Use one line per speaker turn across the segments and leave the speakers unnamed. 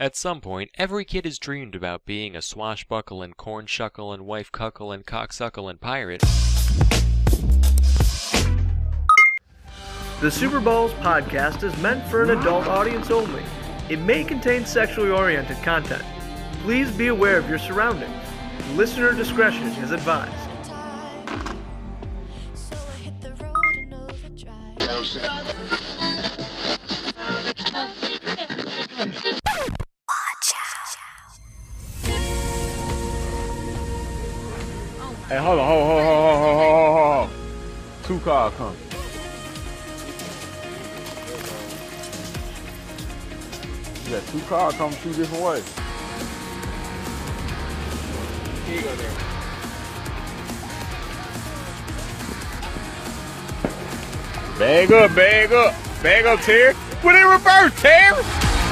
At some point every kid has dreamed about being a swashbuckle and corn shuckle and wife cuckle and cocksuckle and pirate.
The Super Bowls podcast is meant for an adult audience only. It may contain sexually oriented content. Please be aware of your surroundings. Listener discretion is advised.
So I hit the road and overdrive.
Hey, hold on, hold on, hold on, hold on, hold on, hold on. Two car come. You got two car come two different ways. Here you go there. Bag up, bag up, bag up, Terry. Put in reverse, Terry.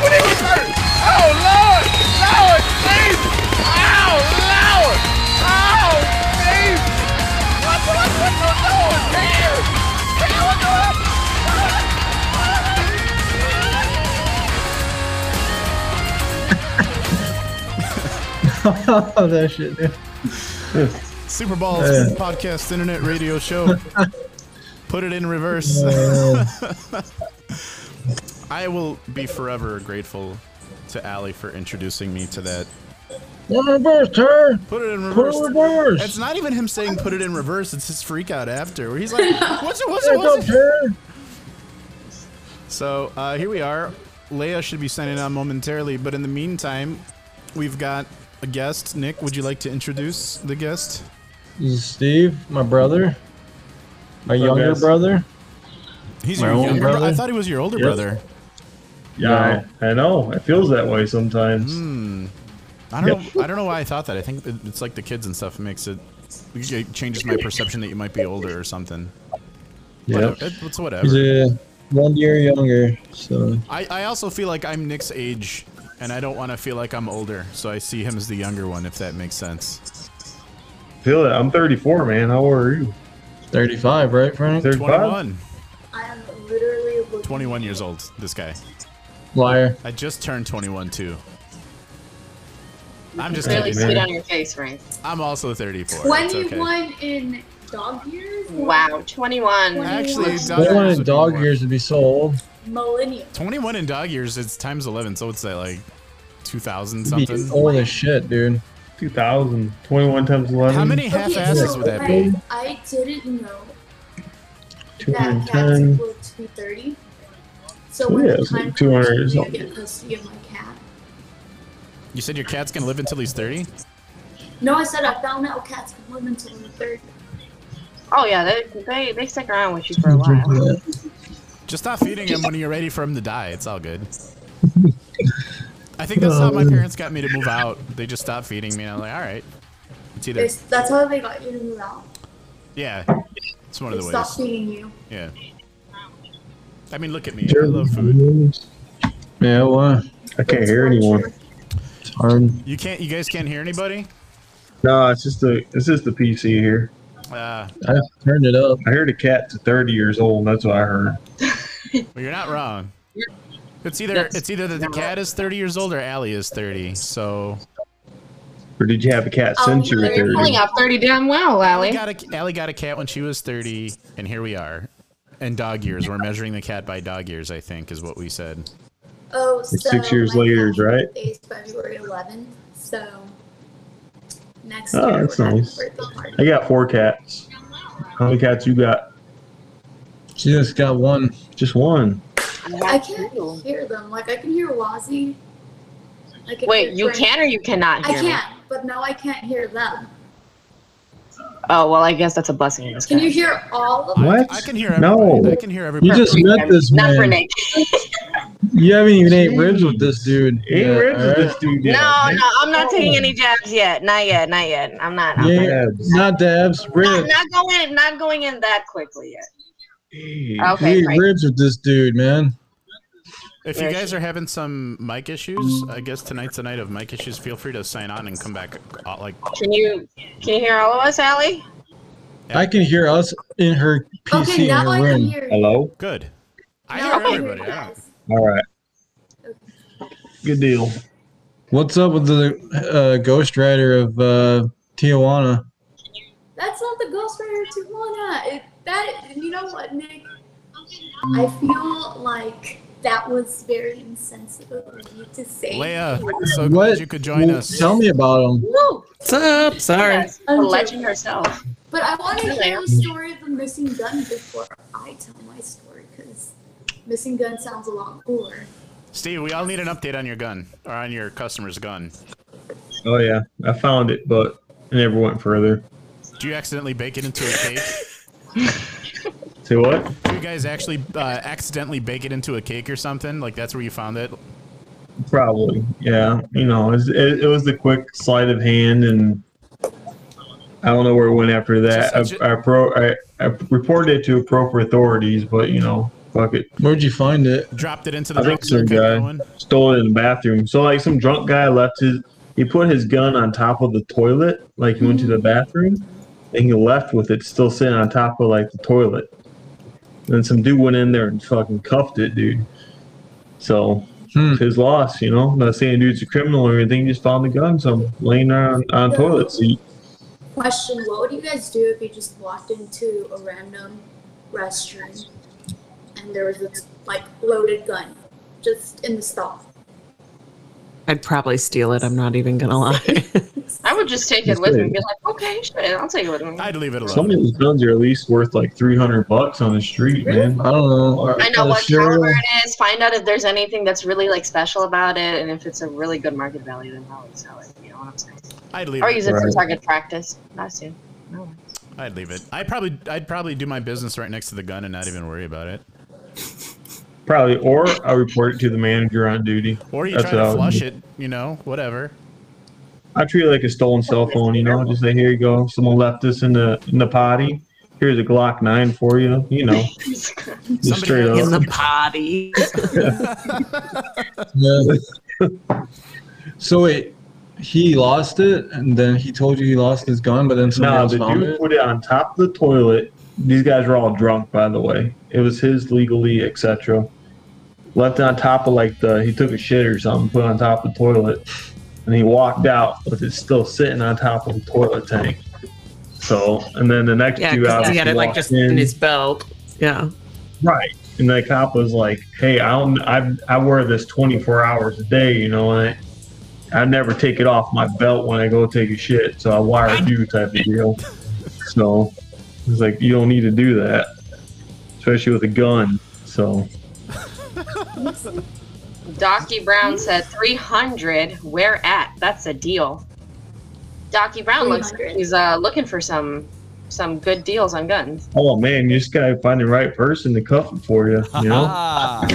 Put in reverse. Oh Lord, Lord, please. Oh Lord, oh please. What the what what the Lord, Terry? Terry, what the what?
oh, that shit, dude.
Super Balls
Yeah.
podcast internet radio show. Put it in reverse. I will be forever grateful to Allie for introducing me to that.
One reverse turn.
Put it in
Put
reverse.
it reverse.
It's not even him saying put it in reverse. It's his freak out after where he's like, what's it, what's it,
Back up
what's it?
turn.
So uh, here we are. Leia should be signing on momentarily, but in the meantime, we've got a guest. Nick, would you like to introduce the guest?
This is Steve, my brother, my younger
guys?
brother.
He's
My
your
older
younger brother. I
brother?
thought he was your older
Yep.
brother.
Yeah, I, I know. It feels that way sometimes.
Mm.
I don't know. I don't know why I thought that. I think it- it's like the kids and stuff makes it, it changes my perception that you might be older or something.
Yep.
It- It's
He's
whatever.
a one year younger, so
I, I also feel like I'm Nick's age, and I don't want to feel like I'm older, so I see him as the younger one, if that makes sense.
Feel it. I'm 34, man. How old are you?
35, right, Frank?
35?
21.
I am literally looking
21 years old, this guy.
Liar.
I just turned 21, too. I'm just
Really
kidding.
sweet on your face, Frank.
I'm also 34. It's okay.
21 in dog years?
Wow, 21.
Actually, dog
They
years
wanted
would be
dog
more.
years to be sold.
Millennial.
21 in dog years, it's times 11, so what's that, like 2000
Be
something?
old as shit, dude.
2000. 21 times 11.
How many half asses
so
would that
I,
be?
I didn't know that cats
210.
were to be 30. So
Oh,
when
yeah,
the
it's like
time
200 or
comes, I
something.
get custody of my cat.
You said your cat's gonna live until he's 30?
No, I said I found out cats can live until they're 30.
Oh yeah, they, they they stick around with you for a while.
Just stop feeding him when you're ready for him to die. It's all good. I think that's how
Um,
my parents got me to move out. They just stopped feeding me, and I'm like, all right. It's either
It's, that's how they got you to move out.
yeah, it's one
They
of the
stopped
ways.
feeding you.
Yeah. I mean, look at me. I love food.
Yeah, why?
I can't
It's
hear
torture.
anyone.
It's hard.
You can't. You guys can't hear anybody.
No, it's just the it's just the PC here.
Uh,
I turned it up.
I heard a cat's 30 years old. That's what I heard.
well, you're not wrong. It's either it's either that the cat is 30 years old or Allie is 30. So
Or did you have a cat
Oh,
since you were
no, you're
You're
30?
pulling off 30 damn well,
Allie
Allie.
got a Allie got a cat when she was 30, and here we are. And dog years. We're measuring the cat by dog years. I think is what we said.
Oh,
It's
so
six years
my
later,
cat's
right?
birthday Is February 11th, so next
Oh,
year
that's
we're having a
nice.
birthday party.
I got four cats. How many cats you got?
She just got one.
Just one.
I can't hear them. Like I can hear Wazzy. I can
Wait,
hear
you
Frank.
can or you cannot
I
hear me?
can, but now I can't hear them.
Oh well, I guess that's a blessing in
Can you
disguise.
hear all of them?
What?
I can hear everybody.
No.
I can hear everybody.
You just met this
Not for
man.
Nick.
You haven't even ate ribs with this dude.
Ain't
yet,
ribs with
alright?
this dude yet.
No, no, I'm not taking any jabs yet. Not yet. Not yet. I'm not. I'm
Yeah,
Dabs.
not dabs,
not,
ribs.
not going. Not going in that quickly yet.
You
Okay,
ate
Frank.
ribs with this dude, man.
If you guys are having some mic issues, I guess tonight's the night of mic issues. Feel free to sign on and come back. uh, Like,
Can you can you hear all of us, Allie?
I can hear us in her PC
Okay,
in
now I
her
can
room.
hear you.
Hello?
good. I
Now
hear everybody.
you
I don't-
guys.
All right. Good deal.
What's up with the uh, Ghost Rider of uh, Tijuana?
That's not the Ghost Rider Tijuana. It, that you know what, Nick? I feel like that was very insensitive of me to say.
Leia, so
What?
glad you could join
Well,
us.
Tell me about him.
No,
What's up? Sorry.
Yes, the legend herself.
but I want to hear the story of the missing gun before I tell my story because missing gun sounds a lot cooler.
Steve, we all need an update on your gun or on your customer's gun.
Oh yeah, I found it, but I never went further.
Do you accidentally bake it into a cake?
See what?
Do you guys actually uh, accidentally bake it into a cake or something? Like that's where you found it?
Probably. Yeah. You know, it, was- it, it was the quick sleight of hand, and I don't know where it went after that.
Just-
I, I, pro, I, I reported it to appropriate authorities, but you know, fuck it.
Where'd you find it?
Dropped it into the
I think
box
some
and kept
guy
going?
stole it in the bathroom. So like some drunk guy left his he put his gun on top of the toilet, like he went to the bathroom, and he left with it still sitting on top of like the toilet. Then some dude went in there and fucking cuffed it, dude. So
Hmm.
it's his loss, you know. Not saying dude's a criminal or anything, just found the gun some laying there on, on toilet seat.
Question: What would you guys do if you just walked into a random restroom and there was this like loaded gun just in the stall?
I'd probably steal it. I'm not even going to lie.
I would just take it with me and be like, okay, shit, I'll take it with me.
I'd leave it alone.
Some of these guns are at least worth like three hundred bucks on the street, man.
I don't know. Are-
I know
are
what
sure-
caliber it is. Find out if there's anything that's really like special about it, and if it's a really good market value, then probably sell it. You know what I'm saying?
I'd leave
Or
it.
use it for
Right.
target practice. Not soon. No.
I'd leave it. I'd probably I'd probably do my business right next to the gun and not even worry about it.
Probably, or I report it to the manager on duty.
Or you
That's
try
what I
to
would
flush
do.
it, you know, whatever.
I treat it like a stolen cell phone, you know. Just say, here you go. Someone left this in the in the potty. Here's a Glock nine for you. You know, just
Somebody
straight
In
up.
the potty.
Yeah. so wait, he lost it, and then he told you he lost his gun, but then somebody
Nah,
else
the
found
dude
it.
put it on top of the toilet. These guys were all drunk, by the way. It was his legally, etc. Left it on top of like the he took a shit or something, put it on top of the toilet, and he walked out with it still sitting on top of the toilet tank. So, and then the next
Yeah,
two hours
because he had it like just in his belt. Yeah.
Right. And the cop was like, "Hey, I don't, I, I wear this 24 hours a day, you know, and I, I never take it off my belt when I go take a shit, so I wire you type of deal." So it's like you don't need to do that, especially with a gun. So
Docky E Brown said 300. Where at? That's a deal. Docky Brown looks
300.
he's uh, looking for some some good deals on guns.
oh man, you just gotta find the right person to cuff it for you, you know.
All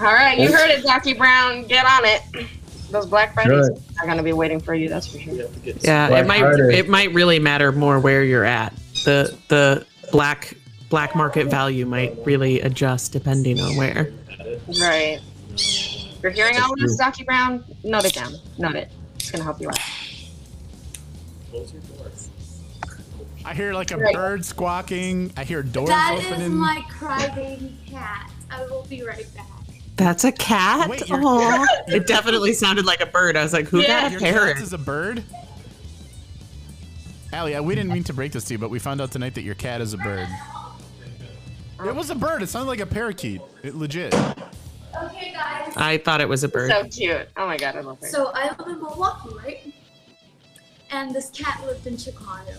right, you heard it, Docky Brown. Get on it. Those Black Fridays are gonna be waiting for you. That's for sure.
Yeah.
Black
it might
Friday.
it might really matter more where you're at. The the black black market value might really adjust depending on where.
Right. You're hearing all this, Docky Brown? Note it down. Note it. It's gonna help you out.
I hear like a
Right.
bird squawking. I hear doors
That is
opening.
my crybaby cat. I will be right back.
That's a cat.
Wait, you're-
Aw. It definitely sounded like a bird. I was like, who
Yeah.
got a
Your
parrot?
cat is a bird? Allie, I- we didn't mean to break this to you, but we found out tonight that your cat is a bird. It was a bird. It sounded like a parakeet. It legit.
Okay, guys.
I thought it was a bird.
So cute. Oh my god, I love her.
So I live in Milwaukee, right? And this cat lived in Chicago.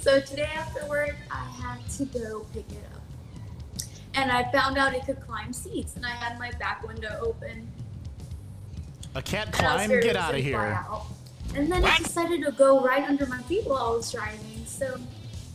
So today after work, I had to go pick it up. And I found out it could climb seats, and I had my back window open.
A cat
And I was
climb.
very
Get
upset
out of
and fly
here.
out. And then it decided to go right under my feet while I was driving. So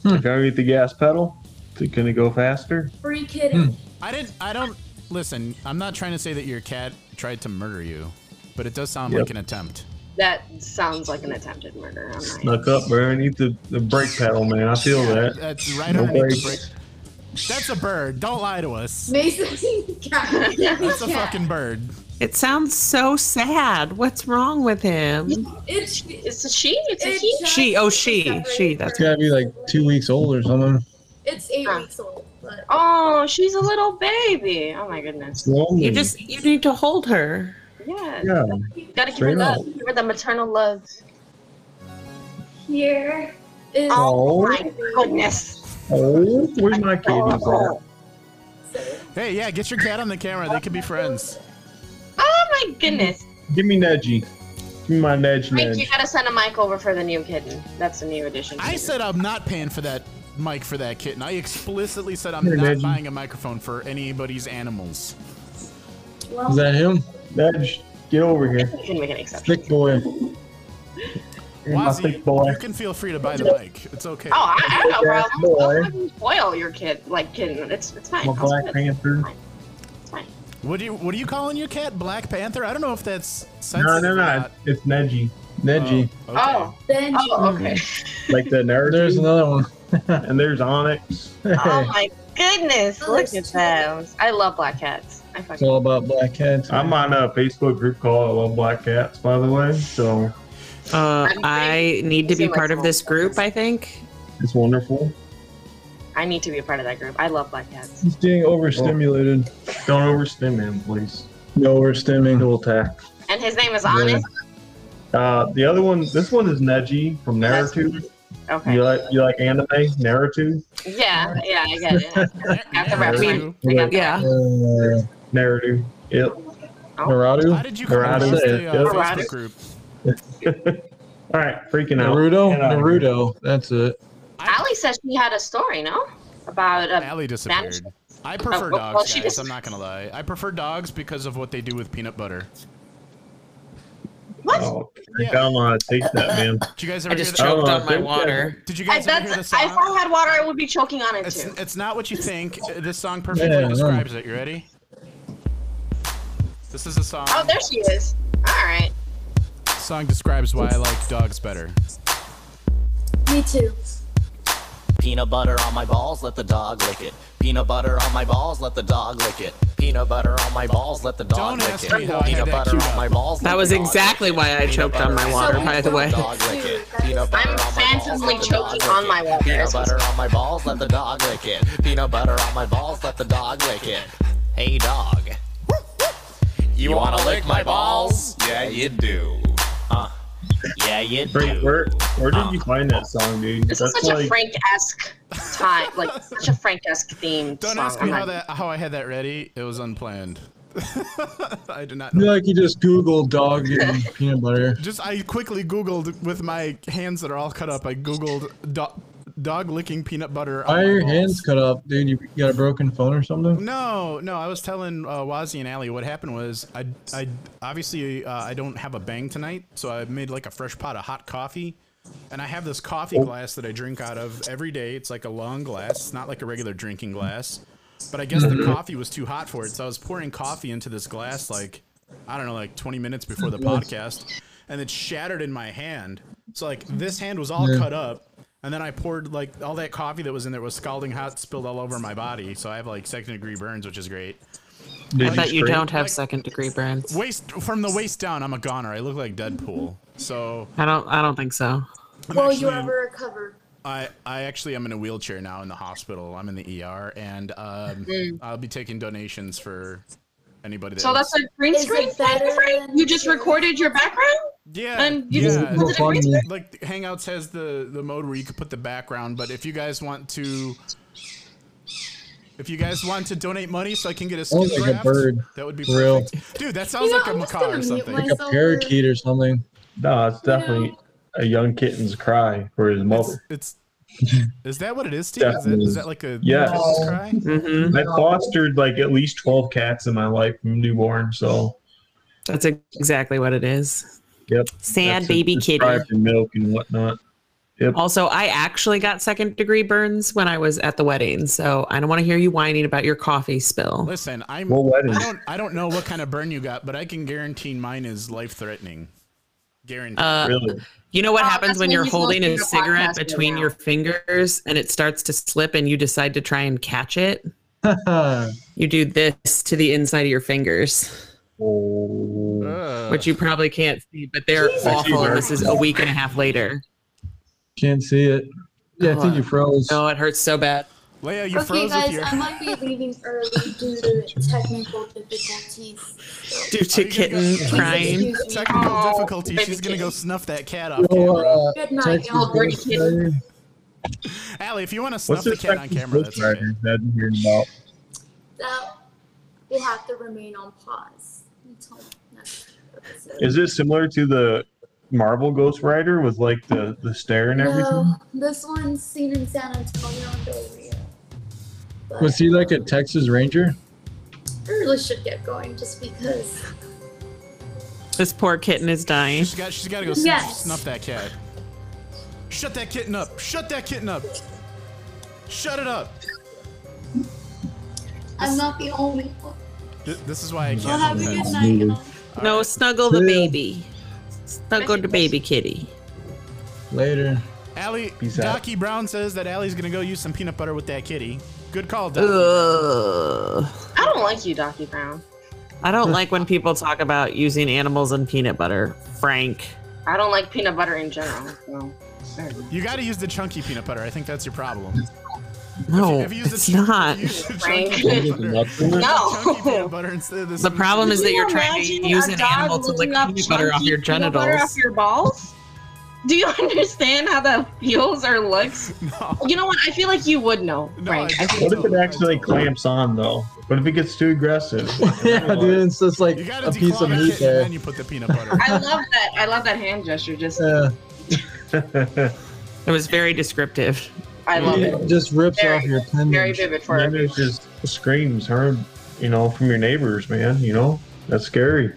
If I hit the gas pedal, is it gonna go faster?
free kidding.
I didn't. I don't. Listen, I'm not trying to say that your cat tried to murder you, but it does sound
Yep.
like an attempt.
that sounds like an attempted murder. I'm not-
Snuck up, bro. I need the, the brake pedal, man. I feel that.
That's right
Oh, No
underneath the
brakes.
brake. That's a bird. Don't lie to us.
Mason cat.
That's a fucking bird.
It sounds so sad. What's wrong with him?
It's
It's a she. It's a
It
he.
just
She- oh, she,
separated
she, that's-
It's gotta be like two weeks old or something.
It's eight
Huh.
weeks old, but
Oh, she's a little baby. Oh my goodness.
You just you need to hold her.
Yeah.
Yeah.
Gotta give her
Straight up.
the, give her the maternal love.
Here is
Oh.
My goodness.
Oh, where's my kitties
Oh.
at?
Hey, yeah, get your cat on the camera. They could be friends.
Oh my goodness.
Give me Nedgy. Give me my Nedge
Wait, you
Nedge.
gotta send a mic over for the new kitten. That's the new edition.
I said I'm not paying for that mic for that kitten. I explicitly said I'm
Hey,
not
Reggie.
buying a microphone for anybody's animals.
Is that him?
Nedge, get over here.
You can make an exception.
Thick boy. You're my
Wazzy,
thick boy.
you can feel free to buy the mic. It's okay.
Oh, I, I have no
Black
problem. Don't
boy.
fucking spoil your kid, like kitten. It's it's fine.
My
I'll spoil
Black
it.
Panther.
It's fine.
What do you What are you calling your cat? Black Panther? I don't know if that's
No,
sensitive.
no,
or
no.
not.
It's Nedgy.
Nedgy.
Oh, okay.
Oh,
Benji.
oh, okay.
Like the nerd.
There's another one.
and there's Onyx.
Oh my goodness!
Oh,
Look
it's
at
two.
those. I love black cats. I
It's
fucking.
all about black cats.
I'm on a Facebook group called I Love Black Cats, by the way. So
Uh,
I'm
I need to be part of this group. I think.
it's wonderful.
I need to be a part of that group. I love black cats.
He's getting
Oh.
overstimulated.
Don't overstim him, please.
No overstimming.
He'll attack.
And his name is Honest.
Uh, the other one, this one is Neji from
That's-
Naruto.
Okay.
You like you like anime Naruto?
Yeah, yeah, I get it. I got the
Yeah,
reference.
you.
I got the-
Yeah.
Uh,
Naruto. Yep.
How
Naruto?
did you come
Karate.
across the uh,
Karate.
Facebook group?
All right, freaking out.
Naruto?
Get out of here.
Naruto. That's it.
Allie says she had a story, no? About uh, a
Allie disappeared. I prefer
Oh, well,
dogs,
she
guys.
dis-
I'm not gonna lie. I prefer dogs because of what they do with peanut butter.
what?
Oh,
Yeah.
I don't want to take that, man.
Did you guys
I
ever
just
hear the-
choked
Oh,
on my
good.
water.
Did you
I,
guys ever hear the
that's, if
song?
I had water, I would be choking on it
It's,
too.
it's not what you think. Uh, This song perfectly
Yeah, I know.
describes it. You ready? This is a song.
Oh, there she is. All right.
song describes why I like dogs better.
Me too.
Peanut butter on my balls, let the dog lick it. Peanut butter on my balls, let the dog lick it. Peanut butter on my balls, let the dog
Don't
lick
ask
it.
me how I had
Peanut
that
butter
queued
on
up.
my balls.
That
let
was
the dog
exactly
lick it.
why I
Peanut
choked on
butter
my
on
water,
my
by the way.
Dog lick it. Peanut butter
I'm
on my balls,
phantomly
let the dog
choking
lick
on
it.
my water.
Peanut butter on my balls, let the dog lick it. Peanut butter on my balls, let the dog lick it. Hey dog. You wanna lick my balls? Yeah, you do. Huh. Yeah, you
Frank,
do. Oh.
where where did you find that song, dude?
This is such a Frank-esque time, like such a Frank-esque themed
Don't
song.
ask me
I'm
how
like,
that how I had that ready. It was unplanned. I did not
I feel
know.
like you just Googled dog and peanut butter.
Just I quickly Googled with my hands that are all cut up. I Googled do- dog licking peanut butter. on
Why
my
are your
balls.
hands cut up, dude? You got a broken phone or something?
No, no. I was telling uh, Wazzy and Allie what happened was I, I obviously uh, I don't have a bang tonight, so I made like a fresh pot of hot coffee, and I have this
Oh.
coffee glass that I drink out of every day. It's like a long glass. It's not like a regular drinking glass, but I guess the
Mm-hmm.
coffee was too hot for it, so I was pouring coffee into this glass like I don't know, like 20 minutes before the podcast, and it shattered in my hand. So like this hand was all cut up, and then I poured like all that coffee that was in there was scalding hot, spilled all over my body. So I have like second degree burns, which is great.
I bet you
scream?
don't have second degree burns.
Waist from the waist down, I'm a goner. I look like Deadpool. So
I don't. I don't think so.
I'm
Will
actually,
you ever recover?
I I actually am in a wheelchair now in the hospital. I'm in the ER, and um,
Mm.
I'll be taking donations for anybody. That
so that's a green
Is it
screen thing,
better
Frank?
than-
You just recorded your background?
yeah.
and you
yeah.
just-
GoFundMe.
like Hangouts has the the mode where you can put the background, but if you guys want to if you guys want to donate money so I can get a skin
Sounds like a
graft,
bird.
that would be
Real.
perfect. Dude, that sounds
You know,
like a
I'm just gonna
macaw or
mute
something.
myself.
Like a parakeet or something.
No, it's definitely a young kitten's cry for his mother.
It's is that what it is, Steve? Is that, is that like a
Yes.
cat's cry?
Mm-hmm.
I fostered like at least twelve cats in my life from newborn, so
That's ex- exactly what it is.
yep.
Sad
That's
baby kitty.
described in milk and whatnot.
Also, I actually got second degree burns when I was at the wedding, so I don't want to hear you whining about your coffee spill.
Listen, I'm
Well, what is
I don't I don't know what kind of burn you got, but I can guarantee mine is life threatening. Guaranteed.
Uh,
really?
you know what
Oh,
happens
that's
when
when
you're
you smoke
holding
in
a
the
cigarette
podcast right
between
now.
your fingers and it starts to slip and you decide to try and catch it? You do this to the inside of your fingers,
Oh,
Ugh.
which you probably can't see, but they're awful. And this is a week and a half later.
Can't see it. Yeah, I think you froze.
No, it hurts so bad.
Leia, you
okay,
froze
guys,
with your.
I might be leaving early due to technical difficulties.
Due to kitten crying.
Technical difficulty. She's gonna go snuff that cat off
Yo,
camera.
uh, Good night,
text y'all. Dirty kitten.
Allie, if you want to
What's
snuff the
this
cat on
Texas
camera,
Ghost
that's
Rider that I'm hearing about?
That will have to remain on pause until next episode.
Is this similar to the Marvel Ghost Rider with like the the stare and everything?
No, this one's seen in San Antonio and Del Rio.
Was he like a Texas Ranger?
I really should get going just because.
This poor kitten is dying.
She's got. She's got to go snuff,
Yes.
snuff that cat. Shut that kitten up. Shut that kitten up. Shut it up.
I'm not the only one.
Th- This is why I can't.
Well, have a
do
good
this.
night,
No, snuggle the
Yeah.
baby. Snuggle the baby kitty.
Later.
Allie,
Peace out.
Docky Brown says that Allie's gonna go use some peanut butter with that kitty. Good call, Doc.
Ugh.
I don't like you, Docky Brown.
I don't like when people talk about using animals in peanut butter. Frank.
I don't like peanut butter in general. So. there you go.
You gotta use the chunky peanut butter. I think that's your problem.
No,
if you use the
it's
chunky-
not.
Frank. Chunky peanut butter instead of this
The problem is that you're trying to
Imagine
use
a
an
dog
animal to lick
licking up
peanut butter off
chunky
your
peanut butter
genitals.
Off your balls? Do you understand how that feels or looks? You know what? I feel like you would know, Frank. I think
What if it actually clamps on though? What if it gets too aggressive?
yeah, dude, it's just like a piece of meat there.
you put the peanut butter.
I love that. I love that hand gesture. Just
it was very descriptive.
I love
Yeah,
it.
it just rips
Very-
off your appendage.
Very vivid for
Maybe
everyone.
it's just screams heard, you know, from your neighbors, man. You know, that's scary.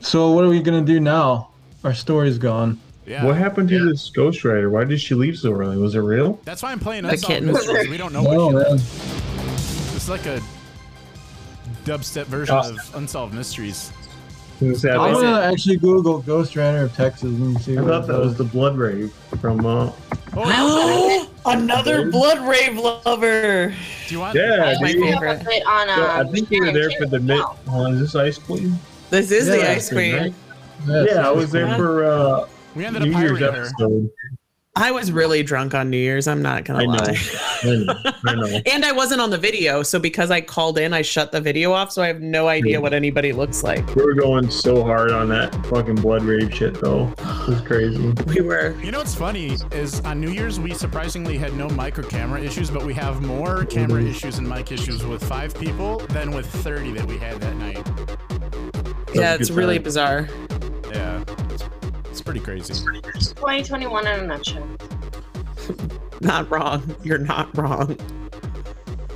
So what are we gonna do now? Our story's gone.
What happened to this Ghost Rider? Why did she leave so early? Was it real?
That's why I'm playing
The
Unsolved
kitten.
Mysteries. We don't know
No,
what
man.
It's like a dubstep version
Uh,
of Unsolved Mysteries.
I'm
Exactly.
gonna actually Google Ghost Rider of Texas and see.
I
what
thought
it
that
does.
was the blood rave from. Uh,
Oh, another blood rave lover.
Do you want? Oh
yeah,
my
dude.
favorite.
on, um,
Yeah, I think you were there for the mid. Oh, is this ice queen?
This is the
Yeah,
ice cream.
right? Yeah, I was there for uh,
we
ended up
New Year's
pirating her.
episode.
I was really drunk on New Year's. I'm not gonna
I know.
lie.
I know. I know.
And I wasn't on the video, so because I called in, I shut the video off, so I have no idea what anybody looks like.
We were going so hard on that fucking blood rave shit, though. It was crazy.
We were.
You know what's funny is on New Year's we surprisingly had no mic or camera issues, but we have more camera issues and mic issues with five people than with 30 that we had that night.
yeah, it's really bizarre.
Yeah, it's, it's pretty crazy.
2021 in a nutshell.
Not wrong. You're not wrong.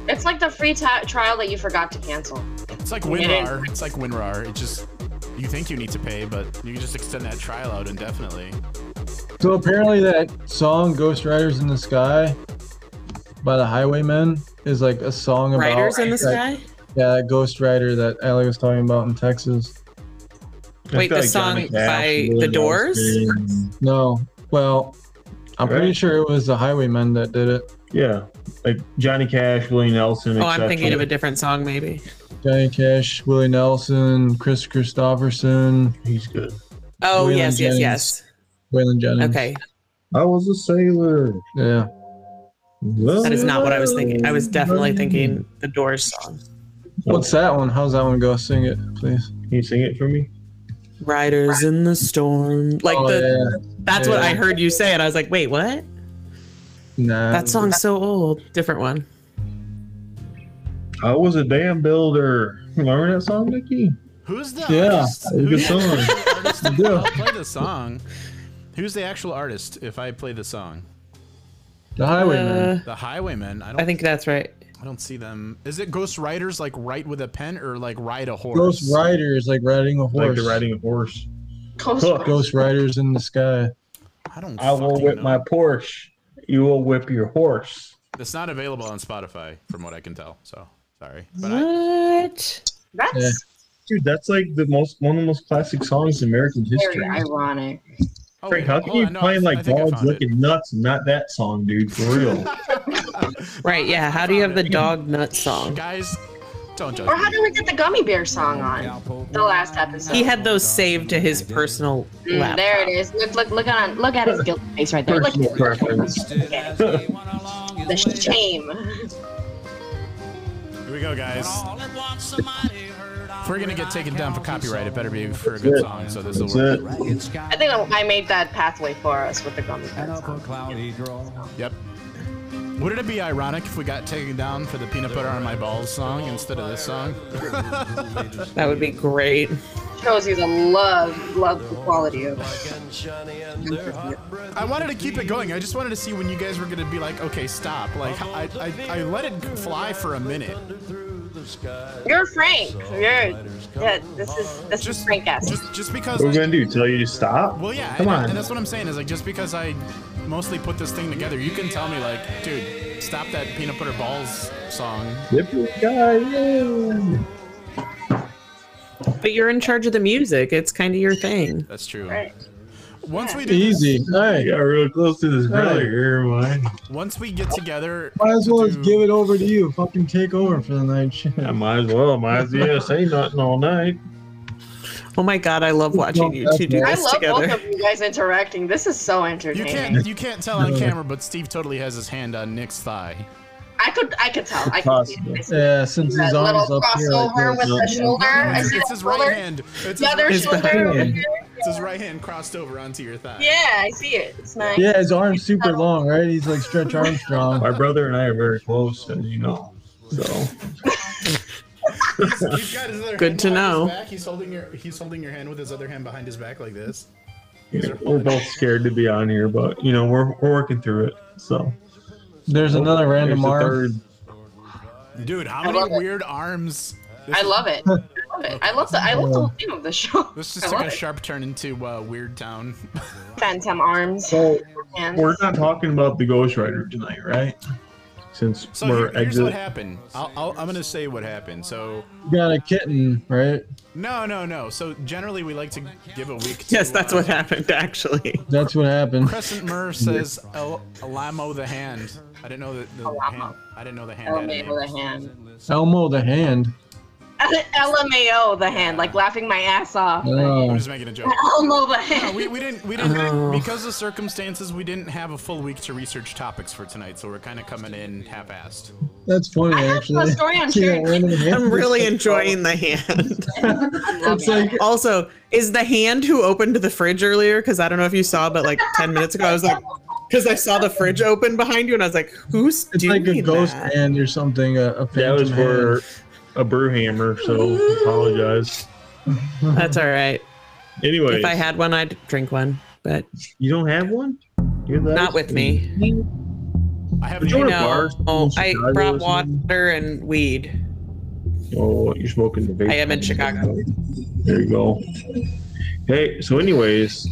It's like the free ti trial that you forgot to cancel.
It's like
It is.
WinRAR. It's like WinRAR. It just you think you need to pay, but you can just extend that trial out indefinitely.
So apparently that song "Ghost Riders in the Sky" by the Highwaymen is like a song about
Riders in the
that-
Sky?
Yeah, that Ghost Rider that Ellie was talking about in Texas.
Wait, the song by The Doors?
No, well, I'm pretty
Right.
sure it was the Highwaymen that did it.
Yeah, like Johnny Cash, Willie Nelson.
Oh, I'm
et
thinking of
cetera.
a different song, maybe.
Johnny Cash, Willie Nelson, Chris Christopherson.
He's good.
Oh, yes, yes, yes.
Waylon Jennings.
Okay.
I was a sailor.
Yeah.
That is not what I was thinking. I was definitely thinking the Doors song.
What's that one? How's that one go? Sing it, please.
Can you sing it for me?
Riders in the Storm. Like
Oh,
the
yeah.
that's what
Yeah.
I heard you say, and I was like, wait, what?
Nah.
That song's so old. Different one.
I was a dam builder. Remember that song, Nikki?
Who's the
Yeah,
artist?
it's a good
Who's the
song.
actual artist?
Yeah.
I'll play the song. Who's the actual artist if I play the song?
The
Highwaymen. Uh,
the Highwaymen. I don't
I think that's right.
I don't see them. Is it Ghost Riders like write with a pen or like ride a horse?
Ghost Riders, like riding a
Like
horse.
the riding a horse.
Ghost
Huh.
Ghost Riders in the sky.
I don't.
I will whip my Porsche. You will whip your horse.
It's not available on Spotify, from what I can tell. So sorry. But I,
What?
That's
Yeah. Dude, that's like the most one of the most classic songs in American history.
very ironic.
oh,
Frank, how can you find like dogs looking nuts and not that song, dude? For real.
Right, yeah. How do you have the dog nut song?
guys, don't judge.
Or how did we get the gummy bear song on the last episode?
He had those saved to his personal
Mm,
lap.
there it is. Look, look, look on, look at his guilt face right there. Look.
Personal
Okay. the shame.
Here we go, guys. If we're gonna get taken down for copyright, it better be for a
That's
good
it.
song. So this will
That's
work.
I think I made that pathway for us with the gummy bears.
Yep. Wouldn't it be ironic if we got taken down for the peanut butter on my balls song instead of this song?
That would be great.
Shows you the love, love the quality of.
I wanted to keep it going. I just wanted to see when you guys were gonna be like, okay, stop. Like I, I, I let it fly for a minute.
You're Frank. You're yeah. This is this is Frank esque.
Just
What
because.
are we gonna do? Tell you to stop?
Well, yeah,
Come
and,
on.
and that's what I'm saying is like just because I mostly put this thing together, you can tell me like, dude, stop that peanut butter balls song.
Yippee-ki-yay.
But you're in charge of the music. It's kind of your thing.
That's true.
Once
we
Easy. Hey.
got real close to this brother here, mine.
Once we get together,
Might as well just give it over to you. Fucking take over for the night shit.
I might as well. Might as well say nothing all night.
Oh my god, I love watching you two do
I
this
love both
together.
of you guys interacting. This is so
you
entertaining.
can't you can't tell on camera, but Steve totally has his hand on Nick's thigh.
I could I could tell. I could see it.
Yeah, since
That
his arms
little
up here. Like
crossover
this.
with the shoulder. I
It's,
see
it's
the
his right
shoulder.
hand. It's his
The other
right
shoulder
hand.
over
hand.
there.
It's his right hand crossed over onto your thigh.
Yeah, I see it. It's nice.
Yeah, his arm's super long, right? He's like Stretch Armstrong.
My brother and I are very close, as you know. So
He's got his other
Good
hand
to
behind his
know.
back. He's holding your he's holding your hand with his other hand behind his back like this.
yeah, we're both scared to be on here, but you know we're we're working through it. So
There's another random
There's the
arm.
third.
Dude, how
I
many
love it.
weird arms?
I love it. I love it. I love the I love the whole theme of the show.
This
I
just took
love
a
it.
sharp turn into uh, Weird Town.
Phantom arms.
So
hands.
we're not talking about the Ghost Rider tonight, right? Since
So
we're
here- here's what
exit.
happened. I'll, I'll, I'm gonna say what happened. So
You got a kitten, right?
no, no, no. So generally we like to give a week. To,
Yes, that's
uh,
what happened actually.
That's what happened.
Crescent Mur says El- Alamo the hand. I didn't know that the
Alamo.
hand. I didn't know the hand. Had a name.
LMAO the hand.
Elmo the hand.
LMAO the hand. Like laughing my ass off.
I'm
Oh,
just making a joke.
Elmo the
No,
hand.
we, we didn't we didn't
Oh.
because of circumstances we didn't have a full week to research topics for tonight, so we're kind of coming in half-assed.
that's funny
I have a
actually.
story on
See that
sharing.
random hand?
I'm really enjoying the hand.
Love
It's
it.
like
Also, is the hand who opened the fridge earlier? Because I don't know if you saw, but like 10 minutes ago, I was like, because I saw the fridge open behind you and I was like, who's
it's
doing
like a ghost
that?
hand or something. A, a
That was
phantom
for a brew hammer, so apologize.
That's all right.
Anyway,
If I had one, I'd drink one, but
you don't have one? You're the
not with me.
I have
Would
I
you
no,
wanna-
know.
bars
Oh,
in
I
Chicago
brought
or something?
water and weed.
Oh, you're smoking the vape.
I am in Chicago.
There you go. Hey, so anyways,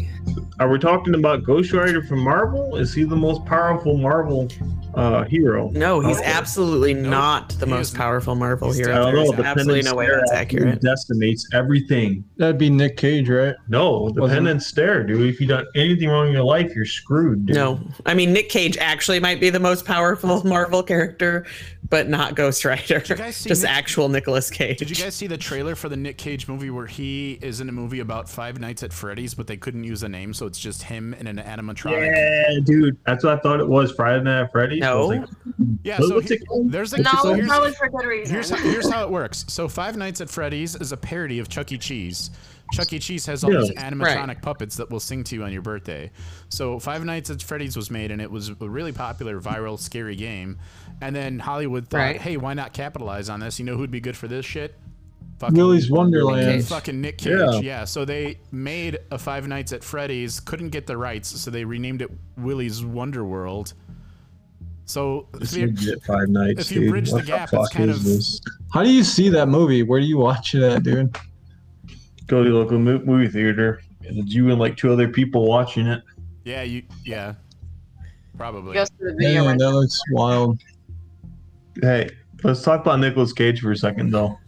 are we talking about Ghost Rider from Marvel? Is he the most powerful Marvel uh, hero?
No, he's
Okay.
absolutely not the
he
most
is-
powerful Marvel
he's
I
hero.
don't know.
There's
the
absolutely
Penance
no way
Stare
that's
absolutely
accurate.
Decimates everything.
That'd be Nick Cage, right?
No, the
Wasn't-
penance stare, dude. If you done anything wrong in your life, you're screwed. Dude.
No, I mean Nick Cage actually might be the most powerful Marvel character, but not Ghost Rider.
you guys see
Just
Nick-
actual Nicolas Cage.
Did you guys see the trailer for the Nick Cage movie where he is in a movie about Five Nights at Freddy's, but they couldn't use a name, so it's just him in an animatronic?
Yeah, dude. That's what I thought it was. Friday Night at Freddy's. I was
No.
like,
Yeah,
What-
so
what's
he-
it called?
there's a so
No,
here's-
probably for good reason.
Here's how, here's how it works. So Five Nights at Freddy's is a parody of Chuck E. Cheese. Chuck E. Cheese has all these
Yeah.
animatronic
Right.
puppets that will sing to you on your birthday. So Five Nights at Freddy's was made, and it was a really popular, viral, scary game. And then Hollywood thought,
Right.
hey, why not capitalize on this? You know who'd be good for this shit? Fucking
Willy's Wonderland.
Fucking Nick Cage.
Yeah.
Yeah. So they made a Five Nights at Freddy's, couldn't get the rights, so they renamed it Willy's Wonder World. So
It's
the-
legit Five Nights.
if you
dude.
bridge the
What
gap,
fuck
it's kind
is
of-
this?
How do you see that movie? Where do you watch it at, dude?
Go to the local mo- movie theater. and It's you and like two other people watching it.
yeah, you yeah, probably.
Goes to the video
Man,
rental.
that looks wild.
Hey, let's talk about Nicolas Cage for a second, though.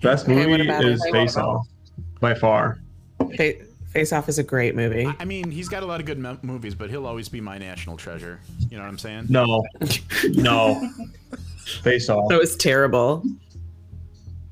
Best
Okay, what
movie
about
is
it?
Face Off, by far.
Fa- Face Off is a great movie.
I mean, he's got a lot of good mo- movies, but he'll always be my national treasure. You know what I'm saying?
No, no, Face Off.
That was terrible.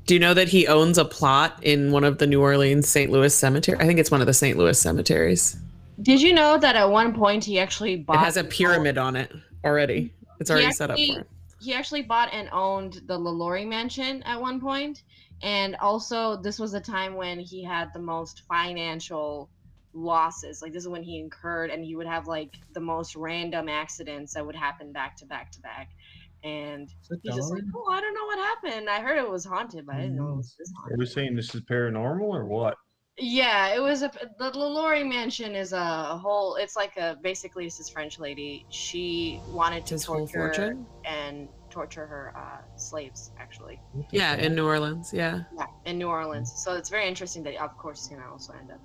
Do you know that he owns a plot in one of the New Orleans St. Louis cemetery? I think it's one of the St. Louis cemeteries.
Did you know that at one point he actually
It
bought
has a pyramid on it already. It's already
he
set up. For
actually-
it.
He actually bought and owned the LaLaurie mansion at one point, and also this was a time when he had the most financial losses. Like this is when he incurred, and he would have like the most random accidents that would happen back to back to back. And he's just like,
Dawn?
oh, I don't know what happened. I heard it was haunted, but I didn't know it was this haunted.
Are we saying this is paranormal or what?
Yeah, it was a the LaLaurie mansion is a whole. It's like a basically it's this French lady. She wanted to
His whole
torture
fortune?
and torture her uh, slaves actually.
Yeah, in New Orleans. Yeah.
Yeah, in New Orleans. So it's very interesting that of course he's gonna also end up.